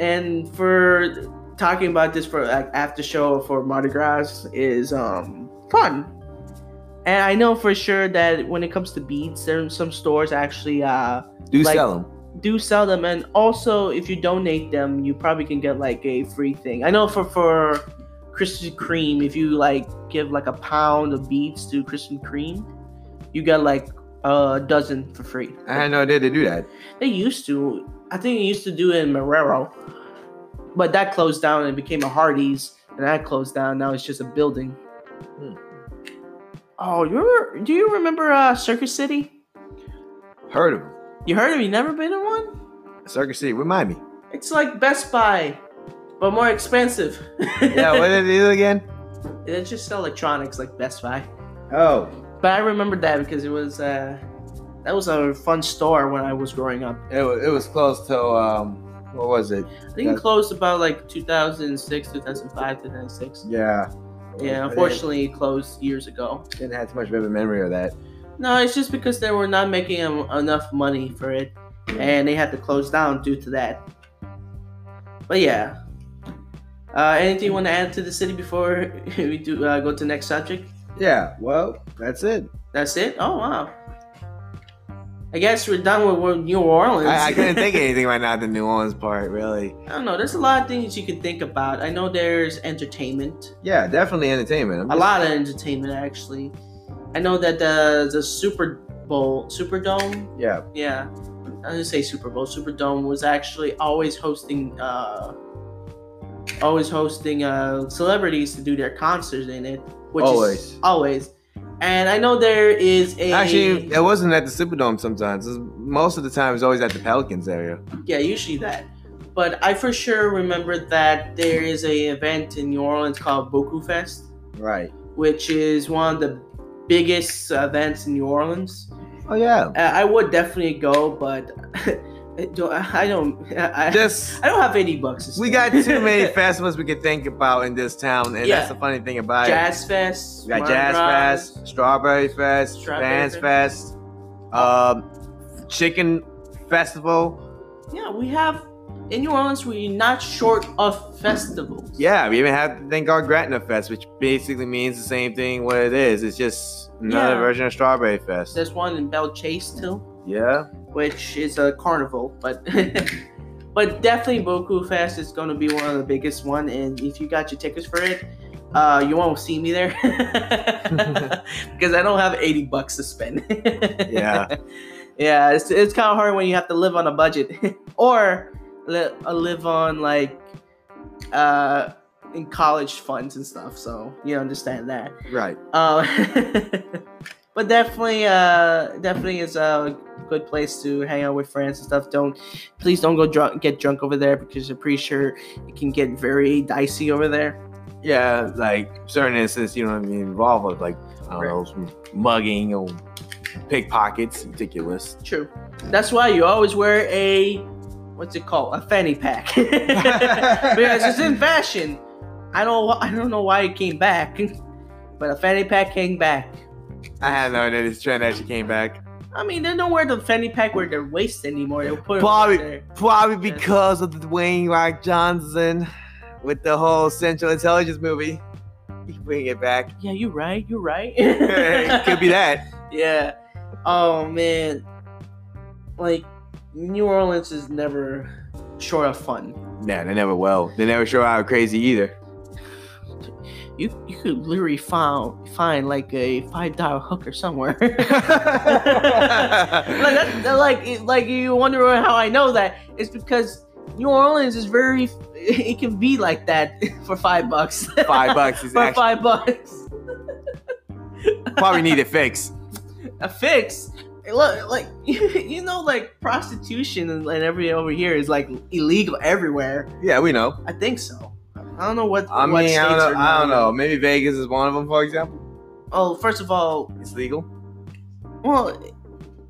Speaker 1: and for talking about this for like after show for Mardi Gras is um fun. And I know for sure that when it comes to beads, there some stores actually uh
Speaker 2: Do
Speaker 1: Like-
Speaker 2: sell them.
Speaker 1: do sell them and also if you donate them you probably can get like a free thing i know for for krispy kreme if you like give like a pound of beads to krispy kreme you get like a dozen for free
Speaker 2: I had no idea to do that.
Speaker 1: they used to i think they used to do it in marrero but that closed down and became a hardee's and that closed down now it's just a building
Speaker 2: Hmm.
Speaker 1: oh you remember do you remember uh circus city
Speaker 2: Heard of them.
Speaker 1: you heard of it? you never been in one
Speaker 2: Circus City, remind
Speaker 1: (laughs)
Speaker 2: me.
Speaker 1: It's like Best Buy, but more expensive. (laughs)
Speaker 2: Yeah, what did it do again?
Speaker 1: it's just electronics like Best Buy.
Speaker 2: Oh,
Speaker 1: But I remember that because it was uh, that was a fun store when I was growing up.
Speaker 2: it was, it was close to um, what was it?
Speaker 1: I think
Speaker 2: Yeah.
Speaker 1: it closed about like 2006, 2005, 2006.
Speaker 2: Yeah.
Speaker 1: Yeah,
Speaker 2: I
Speaker 1: unfortunately, it closed years ago.
Speaker 2: didn't, didn't have too much of a memory of that.
Speaker 1: No, it's just because they were not making em- enough money for it, and they had to close down due to that. But yeah. Uh, anything you want to add to the city before (laughs) we do uh, go to next subject?
Speaker 2: Yeah. Well, that's it.
Speaker 1: That's it. Oh wow. I guess we're done with, with New Orleans.
Speaker 2: I, I couldn't think of anything right now. at The New Orleans part, really.
Speaker 1: (laughs) I don't know. There's a lot of things you can think about. I know there's entertainment,
Speaker 2: Yeah, definitely entertainment. I'm
Speaker 1: a
Speaker 2: just-
Speaker 1: lot of entertainment actually. I know that the the Super Bowl, Superdome,
Speaker 2: Yeah.
Speaker 1: yeah, I didn't say Super Bowl, Superdome was actually always hosting, uh, always hosting uh, celebrities to do their concerts in it, which
Speaker 2: Always.
Speaker 1: is always. And I know there is a
Speaker 2: Actually, it wasn't at the Superdome. Sometimes, It's- most of the time, it's always at the Pelicans area.
Speaker 1: yeah, usually that. But I for sure remember that there is a event in New Orleans called Boku Fest,
Speaker 2: Right.
Speaker 1: which is one of the biggest events in New Orleans.
Speaker 2: Oh yeah.
Speaker 1: Uh, I would definitely go, but (laughs) I don't. I don't. I,
Speaker 2: Just
Speaker 1: I don't have any bucks. to
Speaker 2: (laughs) we got
Speaker 1: spend.
Speaker 2: too many
Speaker 1: (laughs)
Speaker 2: festivals we could think about in this town, and
Speaker 1: Yeah.
Speaker 2: that's the funny thing about it.
Speaker 1: Jazz Fest.
Speaker 2: We got
Speaker 1: Mardi
Speaker 2: Jazz
Speaker 1: Gras,
Speaker 2: Fest, Strawberry Fest,
Speaker 1: Strawberry
Speaker 2: Fans Fest,
Speaker 1: Fest.
Speaker 2: um, Chicken Festival.
Speaker 1: Yeah, we have in New Orleans. We're not short of festivals.
Speaker 2: Yeah, we even have the thing called Gretna Fest, which basically means the same thing what it is. It's just another
Speaker 1: Yeah.
Speaker 2: version of Strawberry Fest.
Speaker 1: There's one in Belle Chase too.
Speaker 2: Yeah.
Speaker 1: which is a carnival, but (laughs) but definitely Boku Fest is going to be one of the biggest one, and if you got your tickets for it, uh, you won't see me there (laughs) because I don't have eighty bucks to spend. (laughs)
Speaker 2: Yeah.
Speaker 1: yeah, it's it's kind of hard when you have to live on a budget (laughs) or li- uh, live on like uh in college funds and stuff. So you understand that.
Speaker 2: Right.
Speaker 1: Um, (laughs) but definitely, uh, definitely is a good place to hang out with friends and stuff. Don't please don't go drunk, get drunk over there because I'm pretty sure it can get very dicey over there.
Speaker 2: Yeah, like certain instances you don't even involved with like I don't know some mugging or pickpockets. Ridiculous.
Speaker 1: True. That's why you always wear a what's it called? A fanny pack (laughs) because it's in fashion. I don't wa- I don't know why it came back, (laughs) but a fanny pack came back.
Speaker 2: I had no idea this trend actually came back.
Speaker 1: I mean, they don't wear the fanny pack where their waist anymore. They'll put it
Speaker 2: Bobby-
Speaker 1: over there.
Speaker 2: Probably because of the Dwayne Rock Johnson with the whole Central Intelligence movie. He can bring it (laughs) back.
Speaker 1: Yeah, you're right. You're right.
Speaker 2: Could be that.
Speaker 1: Yeah. Oh man. Like New Orleans is never short of fun.
Speaker 2: No, they never will. They never show out crazy either.
Speaker 1: you you could literally find find like a five dollar hooker somewhere. (laughs) like that's that- like it- like you wonder how I know that it's because New Orleans is very (laughs) it can be like that (laughs) for five bucks. (laughs)
Speaker 2: five bucks is
Speaker 1: for
Speaker 2: actually
Speaker 1: five bucks.
Speaker 2: probably need a fix.
Speaker 1: A fix. Look, like (laughs) you know, like prostitution and and every over here is like illegal everywhere.
Speaker 2: Yeah, we know.
Speaker 1: I think so. I don't know what.
Speaker 2: I
Speaker 1: what
Speaker 2: mean, I don't
Speaker 1: states are
Speaker 2: know, I
Speaker 1: not-
Speaker 2: don't know. Maybe Vegas is one of them, for example.
Speaker 1: Oh, first of all,
Speaker 2: It's legal.
Speaker 1: well,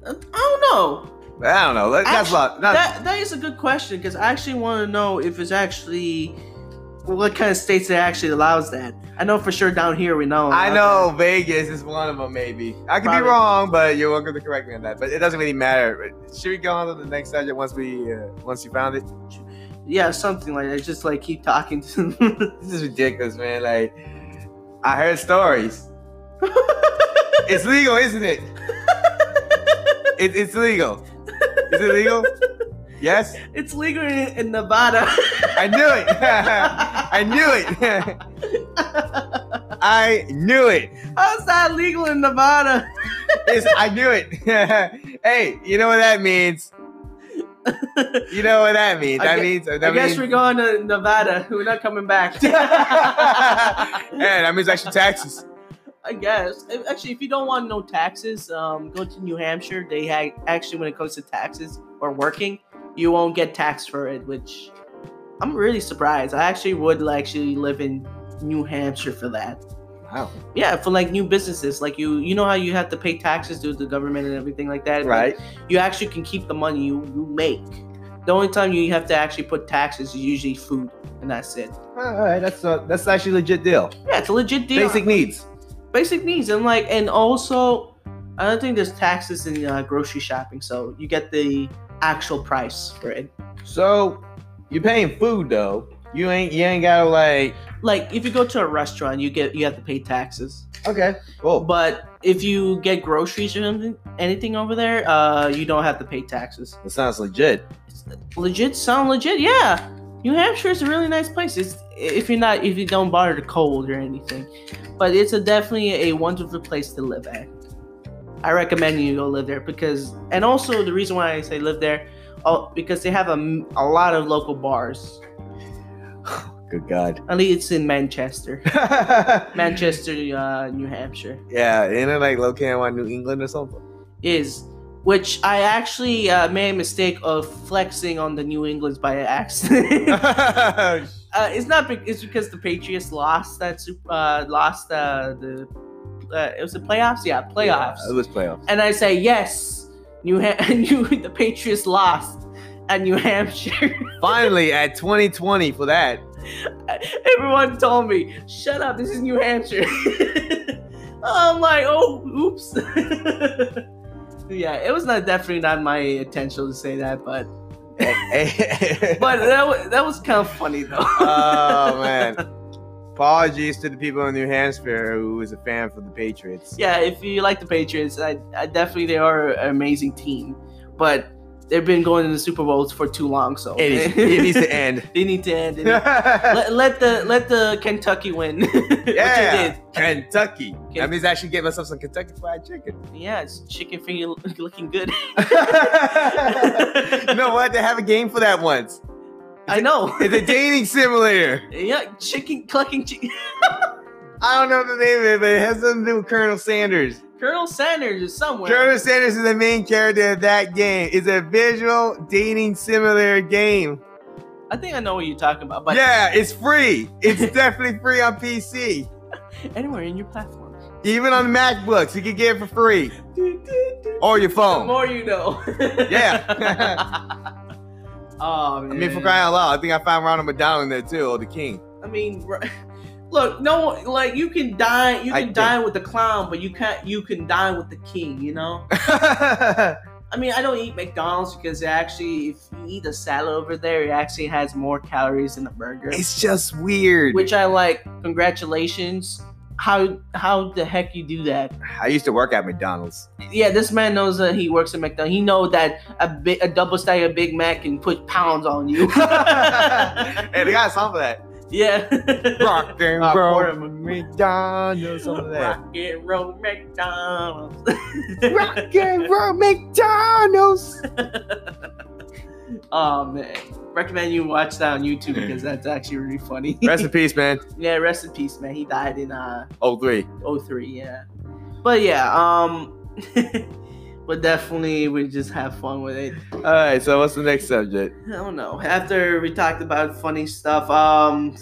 Speaker 1: I don't know.
Speaker 2: I don't know. That- That's
Speaker 1: Actually,
Speaker 2: a lot. That's,
Speaker 1: That that is a good question because I actually want to know if it's actually what kind of states it actually allows that. I know for sure down here we know.
Speaker 2: I
Speaker 1: about
Speaker 2: know Vegas is one of them, maybe. I could be
Speaker 1: Probably.
Speaker 2: wrong, but you're welcome to correct me on that. But it doesn't really matter. Should we go on to the next subject once we uh, once you found it?
Speaker 1: that. Yeah, something like that. Just like keep talking to.
Speaker 2: This is ridiculous, man. Like I
Speaker 1: (laughs)
Speaker 2: heard stories. it's legal, isn't it? it it's legal. Is
Speaker 1: (laughs)
Speaker 2: it legal? Yes,
Speaker 1: (laughs) it's legal in, in Nevada.
Speaker 2: I knew it. (laughs)
Speaker 1: (laughs)
Speaker 2: I knew it. (laughs) I knew it.
Speaker 1: How's that legal in Nevada?
Speaker 2: It's, I knew it. (laughs) hey, you know what that means? You know what that means?
Speaker 1: I
Speaker 2: That
Speaker 1: gue-
Speaker 2: means that
Speaker 1: I guess
Speaker 2: means.
Speaker 1: we're going to Nevada. We're not coming
Speaker 2: (laughs)
Speaker 1: back. (laughs)
Speaker 2: yeah, that means actually taxes.
Speaker 1: I guess. If- Actually, if you don't want no taxes, um, go to New Hampshire. They ha- actually, when it comes to taxes or working, you won't get taxed for it, which I'm really surprised. I actually would actually live in New Hampshire for that.
Speaker 2: Wow.
Speaker 1: Yeah, for like new businesses, like you, you know how you have to pay taxes to the government and everything like that. Like,
Speaker 2: Right.
Speaker 1: you actually can keep the money you, you make. The only time you have to actually put taxes is usually food, and that's it.
Speaker 2: All right. That's a, that's actually a legit deal.
Speaker 1: Yeah, it's a legit deal.
Speaker 2: Basic needs.
Speaker 1: basic needs and like and also i don't think there's taxes in uh, grocery shopping so you get the actual price for it
Speaker 2: So you're paying food though. You ain't you ain't gotta like
Speaker 1: like if you go to a restaurant you get you have to pay taxes
Speaker 2: okay. Well,
Speaker 1: but if you get groceries or something, anything over there uh you don't have to pay taxes
Speaker 2: that sounds legit.
Speaker 1: legit sound legit yeah new hampshire is a really nice place it's if you're not if you don't bother the cold or anything but it's a definitely a wonderful place to live at i recommend you go live there because and also the reason why i say live there oh, because they have a, m- a lot of local bars
Speaker 2: Good God. (laughs)
Speaker 1: at least it's in manchester manchester uh, new hampshire
Speaker 2: Yeah, ain't it like located in New England or something?
Speaker 1: is which i actually uh, made a mistake of flexing on the new england's by (laughs) accident uh, it's not. Be- it's because the Patriots lost that. Super, uh, lost uh, the. Uh, it was the playoffs. Yeah, playoffs.
Speaker 2: Yeah, it was playoffs.
Speaker 1: and I say yes. New, ha- (laughs) New the Patriots lost at New Hampshire. (laughs)
Speaker 2: Finally, at 2020 for that. (laughs)
Speaker 1: Everyone told me, "Shut up! This is New Hampshire." (laughs) I'm like, "Oh, oops." (laughs) yeah, it was not definitely not my intention to say that, but but that wa that was kind of funny though. (laughs)
Speaker 2: oh man. Apologies to the people in New Hampshire who is a fan for the Patriots.
Speaker 1: yeah, if you like the Patriots, I, I definitely they are an amazing team, but they've been going to the Super Bowls for too long, so (laughs)
Speaker 2: It, is, it needs to end.
Speaker 1: they need to end. It
Speaker 2: (laughs)
Speaker 1: need-
Speaker 2: yeah.
Speaker 1: let, let the let the Kentucky win. (laughs) Which it
Speaker 2: Kentucky. That means I should get myself some Kentucky fried chicken.
Speaker 1: did. Yeah, it's chicken finger (laughs) lo- looking good.
Speaker 2: you know what? They have a game for that once.
Speaker 1: I know.
Speaker 2: It's a dating simulator.
Speaker 1: (laughs) yeah, chicken clucking chicken.
Speaker 2: I don't know the name of it, but it has something to do with Colonel Sanders.
Speaker 1: (laughs) Colonel Sanders is somewhere.
Speaker 2: Colonel Sanders is the main character of that game. It's a visual dating simulator game.
Speaker 1: I think I know what you're talking about, but
Speaker 2: yeah, it's free. It's (laughs) definitely free on PC.
Speaker 1: anywhere in your platform.
Speaker 2: Even on MacBooks, you can get it for free. Or your
Speaker 1: The
Speaker 2: phone.
Speaker 1: more you know.
Speaker 2: (laughs) Yeah.
Speaker 1: (laughs) oh man.
Speaker 2: (laughs) I mean, for crying out loud, I think I found Ronald McDonald in there too, or the King. (laughs)
Speaker 1: I mean, (laughs) r- look, no, like you can dine, you
Speaker 2: I
Speaker 1: can
Speaker 2: did.
Speaker 1: dine with the clown, but you can't, you can dine with the king. You
Speaker 2: (laughs)
Speaker 1: know. I mean, I don't eat McDonald's because it actually, if you eat a salad over there, it actually has more calories than a burger,
Speaker 2: it's just weird.
Speaker 1: which I like. Congratulations. How how the heck you do that?
Speaker 2: I used to work at (laughs) McDonald's.
Speaker 1: Yeah, this man knows that he works at McDonald's. He know that a big
Speaker 2: (laughs)
Speaker 1: a double stack of Big Mac can put pounds on you.
Speaker 2: hey, they got a song for that.
Speaker 1: (laughs) Yeah. (laughs)
Speaker 2: Rock and
Speaker 1: Uh,
Speaker 2: roll,
Speaker 1: Portable.
Speaker 2: McDonald's, something like that.
Speaker 1: Rock and roll McDonald's. (laughs)
Speaker 2: Rock and roll, McDonald's.
Speaker 1: oh man. Recommend you watch that on YouTube because that's actually really funny.
Speaker 2: Rest in peace, man.
Speaker 1: (laughs) yeah, rest in peace, man. He died in uh
Speaker 2: Oh three.
Speaker 1: 03, yeah. But yeah, um (laughs) but definitely we just have fun with it.
Speaker 2: All right, so what's the next subject?
Speaker 1: I don't know. After we talked about funny stuff, um,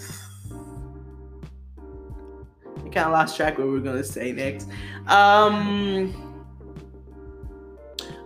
Speaker 1: I kind of lost track what we were gonna say next. Um,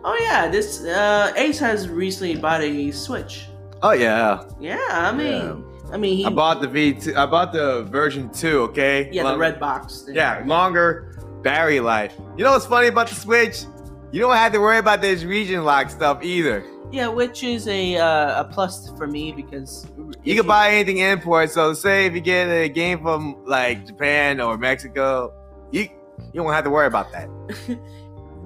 Speaker 1: oh yeah, this uh, Ace has recently bought a Switch.
Speaker 2: Oh yeah,
Speaker 1: Yeah, I mean, I mean, he,
Speaker 2: I bought the V two. I bought the version two. Okay.
Speaker 1: yeah, the
Speaker 2: Long-
Speaker 1: red box. Thing.
Speaker 2: Yeah, longer battery life. You know what's funny about the Switch? You don't have to worry about this region lock stuff either.
Speaker 1: yeah, which is a uh, a plus for me because
Speaker 2: You can buy anything import. So say if you get a game from like Japan or Mexico, you you won't have to worry about that.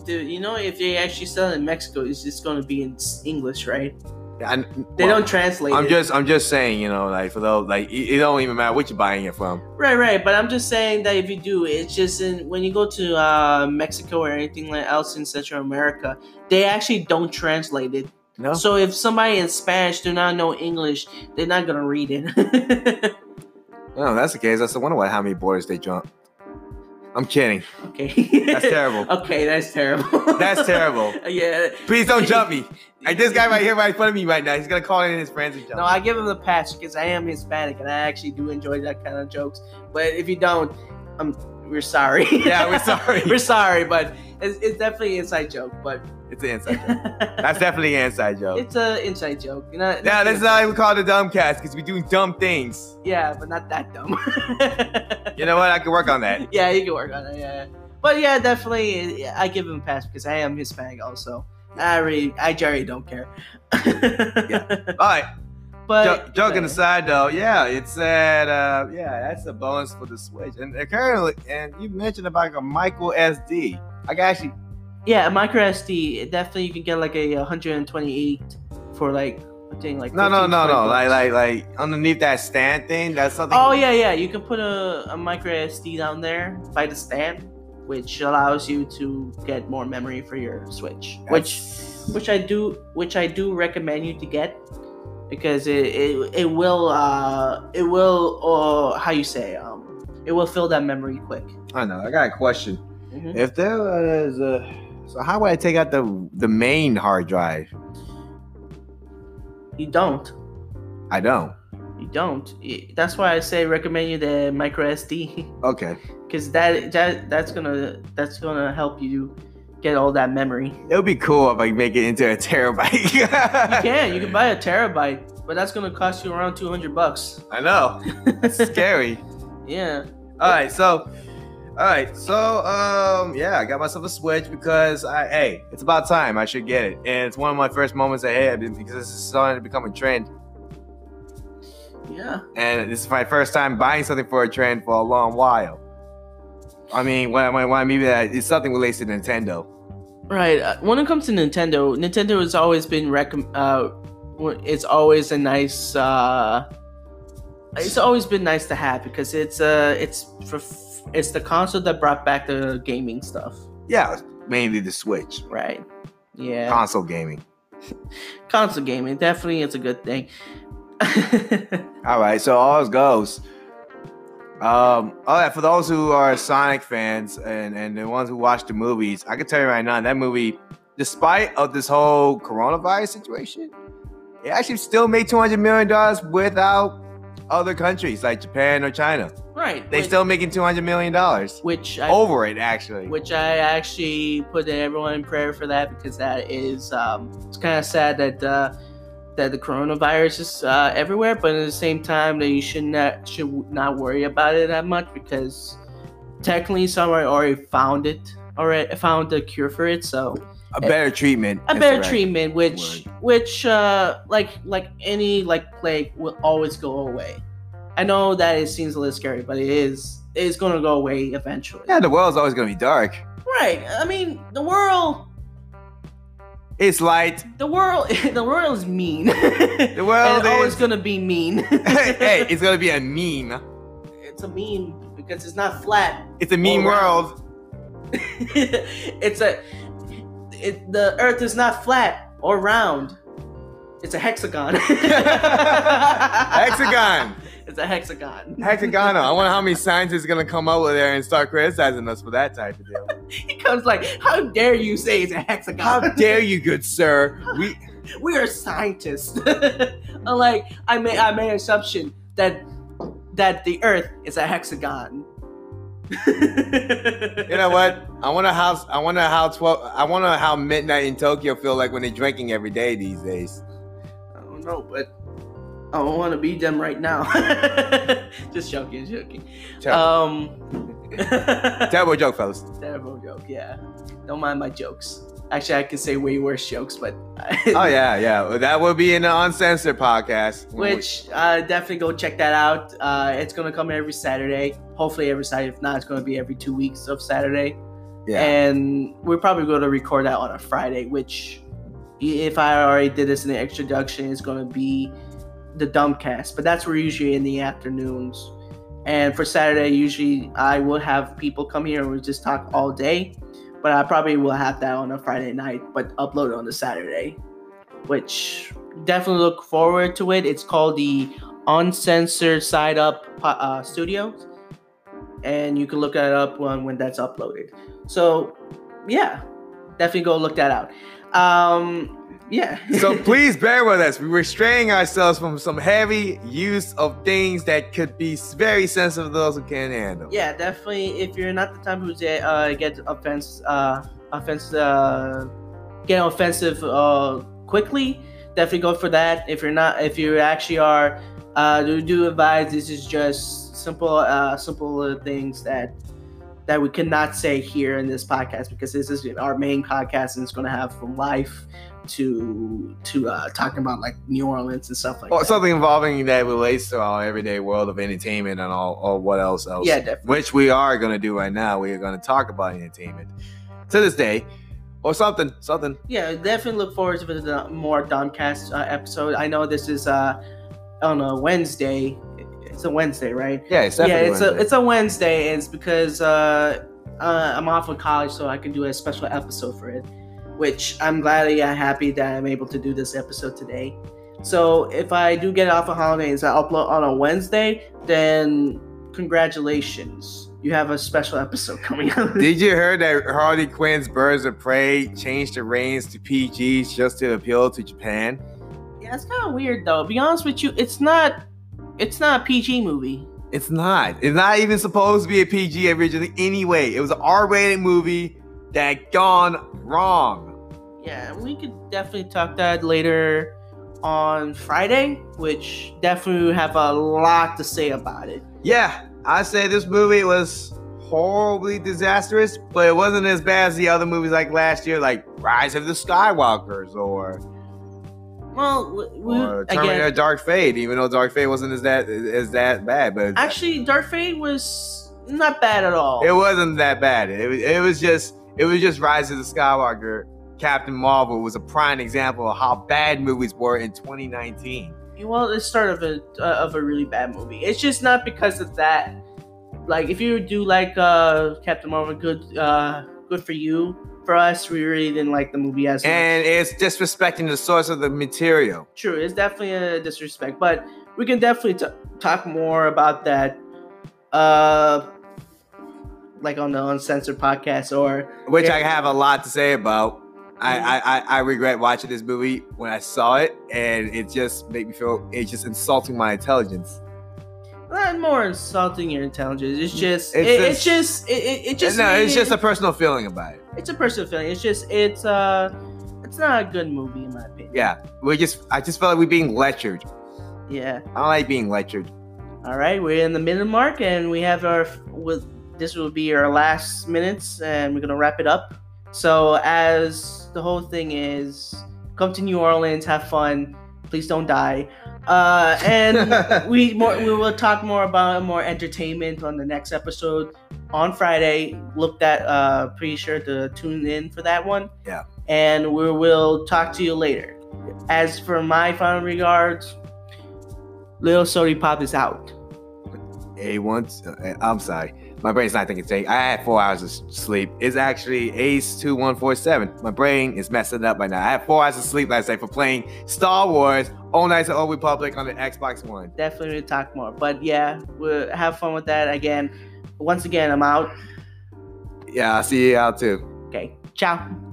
Speaker 1: Dude, you know, if they actually sell it in Mexico, it's just gonna be in s- English, right?
Speaker 2: I,
Speaker 1: They
Speaker 2: well,
Speaker 1: don't translate.
Speaker 2: I'm
Speaker 1: it.
Speaker 2: just I'm just saying, you know, like for those like it, it don't even matter what you're buying it from.
Speaker 1: Right, right. But I'm just saying that if you do, it's just in, when you go to uh, Mexico or anything like else in Central America, they actually don't translate it.
Speaker 2: No.
Speaker 1: So if somebody in Spanish do not know English, they're not gonna read it. (laughs)
Speaker 2: No, that's the case. That's the wonder why how many borders they jump. I'm kidding.
Speaker 1: okay.
Speaker 2: That's terrible.
Speaker 1: (laughs) okay, that's terrible.
Speaker 2: That's terrible.
Speaker 1: (laughs) yeah.
Speaker 2: Please don't jump me. Like this guy right here right in front of me right now. He's gonna call in his friends and jump.
Speaker 1: No,
Speaker 2: me.
Speaker 1: I give him the pass because I am Hispanic and I actually do enjoy that kind of jokes. But if you don't, um, we're sorry. (laughs)
Speaker 2: yeah, we're sorry.
Speaker 1: we're sorry, but it's, it's definitely an inside joke. But
Speaker 2: It's an inside joke. That's definitely an inside joke.
Speaker 1: It's an inside joke. You know,
Speaker 2: Now this is how we call it the dumb cast because we do dumb things.
Speaker 1: yeah, but not that dumb. (laughs)
Speaker 2: You know what? I can work on that.
Speaker 1: yeah, you can work on it. Yeah, but yeah, definitely, yeah, I give him a pass because I am Hispanic also. I really, I Jerry don't care.
Speaker 2: (laughs) All right.
Speaker 1: (laughs) But
Speaker 2: Jo- joking aside, though, yeah, it's at uh, yeah, that's a bonus for the Switch. And and currently, and you mentioned about a micro SD. I can actually
Speaker 1: yeah, a micro SD it definitely you can get like a 128 for like I think like
Speaker 2: no, no,
Speaker 1: 15,
Speaker 2: no,
Speaker 1: 20
Speaker 2: no,
Speaker 1: bucks.
Speaker 2: like like like underneath that stand thing. That's something.
Speaker 1: Oh yeah, yeah. You can put a, a micro SD down there by the stand, which allows you to get more memory for your Switch. Which, which I do, which I do recommend you to get, because it it, it will uh it will uh how you say um it will fill that memory quick.
Speaker 2: I know. I got a question.
Speaker 1: Mhm.
Speaker 2: If there was a, so how would I take out the the main hard drive?
Speaker 1: You don't.
Speaker 2: I don't.
Speaker 1: You don't. Y- That's why I say recommend you the micro (laughs) SD,
Speaker 2: Okay.
Speaker 1: because that that that's gonna that's gonna help you get all that memory.
Speaker 2: It would be cool if I could make it into a (laughs) terabyte. you
Speaker 1: You can. You can buy a terabyte, but that's gonna cost you around two hundred bucks. (laughs)
Speaker 2: I know. That's scary.
Speaker 1: Yeah.
Speaker 2: All right, so all right, so um yeah, I got myself a Switch because I hey, it's about time I should get it. And it's one of my first moments I had because this is starting to become a trend.
Speaker 1: Yeah.
Speaker 2: And this is my first time buying something for a trend for a long while. I mean, what I mean, what I mean by that is something relates to Nintendo.
Speaker 1: Right. uh, When it comes to Nintendo, Nintendo has always been recom- uh w- it's always a nice uh it's always been nice to have because it's uh it's for f- it's the console that brought back the gaming stuff,
Speaker 2: Yeah, mainly the Switch.
Speaker 1: right? Yeah.
Speaker 2: Console gaming.
Speaker 1: console gaming definitely it's a good thing. (laughs)
Speaker 2: All right, so ours goes. Um, all right, for those who are Sonic fans and and the ones who watch the movies, I can tell you right now that movie, despite of this whole coronavirus situation, it actually still made two hundred million dollars without other countries like Japan or China.
Speaker 1: right.
Speaker 2: They
Speaker 1: which-
Speaker 2: still Oh, making two hundred million dollars
Speaker 1: which I
Speaker 2: over it actually.
Speaker 1: which I actually put everyone in prayer for that because that is um, it's kind of sad that uh, that the coronavirus is uh, everywhere, but at the same time that you should not should not worry about it that much because technically someone already found it already found the cure for it, so
Speaker 2: A better treatment.
Speaker 1: a better
Speaker 2: is the right-
Speaker 1: treatment, which which uh, like like any like plague will always go away. I know that it seems a little scary, but it is it is going to go away eventually.
Speaker 2: Yeah, the world's always gonna be dark.
Speaker 1: Right. I mean, the world
Speaker 2: It's light.
Speaker 1: The world, (laughs) the world is mean. (laughs)
Speaker 2: The world
Speaker 1: and always
Speaker 2: is.
Speaker 1: gonna be mean.
Speaker 2: (laughs) hey, it's gonna be a meme.
Speaker 1: (laughs) it's a meme because it's not flat. (laughs)
Speaker 2: It's a meme
Speaker 1: All around.
Speaker 2: world.
Speaker 1: it's a, it, the Earth is not flat or round. It's a hexagon. (laughs) hexagon.
Speaker 2: Hexagon.
Speaker 1: It's a hexagon. (laughs)
Speaker 2: Hexagono. I wonder how many scientists gonna come up with there and start criticizing us for that type of deal.
Speaker 1: He comes like, how dare you say it's a hexagon?
Speaker 2: How dare you, good sir? We
Speaker 1: (laughs) we are scientists. (laughs) I'm like I made I made an assumption that that the Earth is a hexagon. (laughs)
Speaker 2: you know what? I wonder how I wonder how twelve I wonder how midnight in Tokyo feel like when they're drinking every day these days.
Speaker 1: I don't know, but I don't want to be them right now. (laughs) just joking, joking.
Speaker 2: Terrible,
Speaker 1: Um,
Speaker 2: terrible joke, fellas.
Speaker 1: terrible joke. Yeah, don't mind my jokes. Actually, I could say way worse jokes, but (laughs)
Speaker 2: Oh yeah, yeah. Well, that will be in the uncensored podcast.
Speaker 1: which uh, definitely go check that out. Uh, it's gonna come every Saturday. Hopefully every Saturday. If not, it's gonna be every two weeks of Saturday.
Speaker 2: yeah.
Speaker 1: And we're probably going to record that on a Friday, which, i- if I already did this in the introduction, is going to be the Dumbcast. But that's where usually in the afternoons. And for Saturday, usually I will have people come here and we'll just talk all day. But I probably will have that on a Friday night, but upload on a Saturday, which definitely look forward to it. It's called the Uncensored Side Up Po- uh, Studios. And you can look that up when, when that's uploaded. So, yeah, definitely go look that out. Um, yeah. (laughs)
Speaker 2: so please bear with us. We restrain ourselves from some heavy use of things that could be very sensitive to those who can't handle.
Speaker 1: yeah, definitely. If you're not the type who uh, get offense, uh, offense, uh, get offensive uh, quickly, definitely go for that. If you're not, if you actually are, uh, we do advise this is just simple, uh, simple uh, things that that we cannot say here in this podcast because this is our main podcast and it's going to have from life to to uh, talking about like New Orleans and stuff like
Speaker 2: Or
Speaker 1: that.
Speaker 2: something involving that relates to our everyday world of entertainment and all or what else else.
Speaker 1: yeah, definitely.
Speaker 2: Which we are gonna do right now. We are gonna talk about entertainment to this day. Or something, something.
Speaker 1: yeah, definitely look forward to the more Domcast uh, episode. I know this is uh on a Wednesday. It's a Wednesday, right?
Speaker 2: Yeah, it's
Speaker 1: yeah,
Speaker 2: definitely
Speaker 1: it's a it's a Wednesday. It's because uh, uh, I'm off of college, so I can do a special episode for it. Which I'm glad, yeah, happy that I'm able to do this episode today. So if I do get off of holidays, I upload on a Wednesday, then congratulations, you have a special episode (laughs) coming out.
Speaker 2: Did you hear that Harley Quinn's Birds of Prey changed the reins to PGs just to appeal to Japan?
Speaker 1: Yeah, it's kind of weird though. Be honest with you, it's not. It's not a PG movie.
Speaker 2: It's not. It's not even supposed to be a PG originally anyway. It was an R-rated movie that gone wrong.
Speaker 1: Yeah, we could definitely talk that later on Friday, which definitely we have a lot to say about it.
Speaker 2: Yeah, I say this movie was horribly disastrous, but it wasn't as bad as the other movies like last year, like Rise of the Skywalkers or,
Speaker 1: Well, we- we,
Speaker 2: or Terminator
Speaker 1: again,
Speaker 2: Dark Fate, even though Dark Fate wasn't as that as that bad, but
Speaker 1: actually, Darth Vader was not bad at all.
Speaker 2: It wasn't that bad. It was, it was just it was just Rise of the Skywalker. Captain Marvel was a prime example of how bad movies were in 2019.
Speaker 1: well, it's start of a uh, of a really bad movie. It's just not because of that. Like, if you do like uh, Captain Marvel, good uh, good for you. For us, we really didn't like the movie as much.
Speaker 2: And it's disrespecting the source of the material.
Speaker 1: True, it's definitely a disrespect, but we can definitely t- talk more about that, uh, like on the uncensored podcast or
Speaker 2: which I
Speaker 1: Yeah.
Speaker 2: have a lot to say about. I,
Speaker 1: Mhm.
Speaker 2: I, I, I regret watching this movie when I saw it, and it just made me feel it's just insulting my intelligence.
Speaker 1: not more insulting your intelligence. It's just,
Speaker 2: It's
Speaker 1: it, it's just, it, it, it just,
Speaker 2: no, it's
Speaker 1: it-
Speaker 2: just a personal feeling about it.
Speaker 1: it's a personal feeling. It's just, it's uh, it's not a good movie in my opinion.
Speaker 2: Yeah, we just I just felt like we being lectured.
Speaker 1: Yeah.
Speaker 2: I don't like being lectured.
Speaker 1: All right, we're in the minute mark, and we have our with this will be our last minutes, and we're gonna wrap it up. So as the whole thing is, come to New Orleans, have fun, please don't die, uh, and we more we will talk more about more entertainment on the next episode. on Friday. Look that. Uh, pretty sure to tune in for that one.
Speaker 2: Yeah.
Speaker 1: And we will talk to you later. As for my final regards, Lil Sody Pop is out.
Speaker 2: A1. uh, I'm sorry. My brain's not thinking straight. I had four hours of s- sleep. It's actually Ace 2147. My brain is messing up right now. I had four hours of sleep last night for playing Star Wars All Nights at Old Republic on the Xbox One.
Speaker 1: Definitely we'll talk more. But yeah, we'll have fun with that again. Once again, I'm out.
Speaker 2: Yeah, I'll see you out too.
Speaker 1: Okay. Ciao.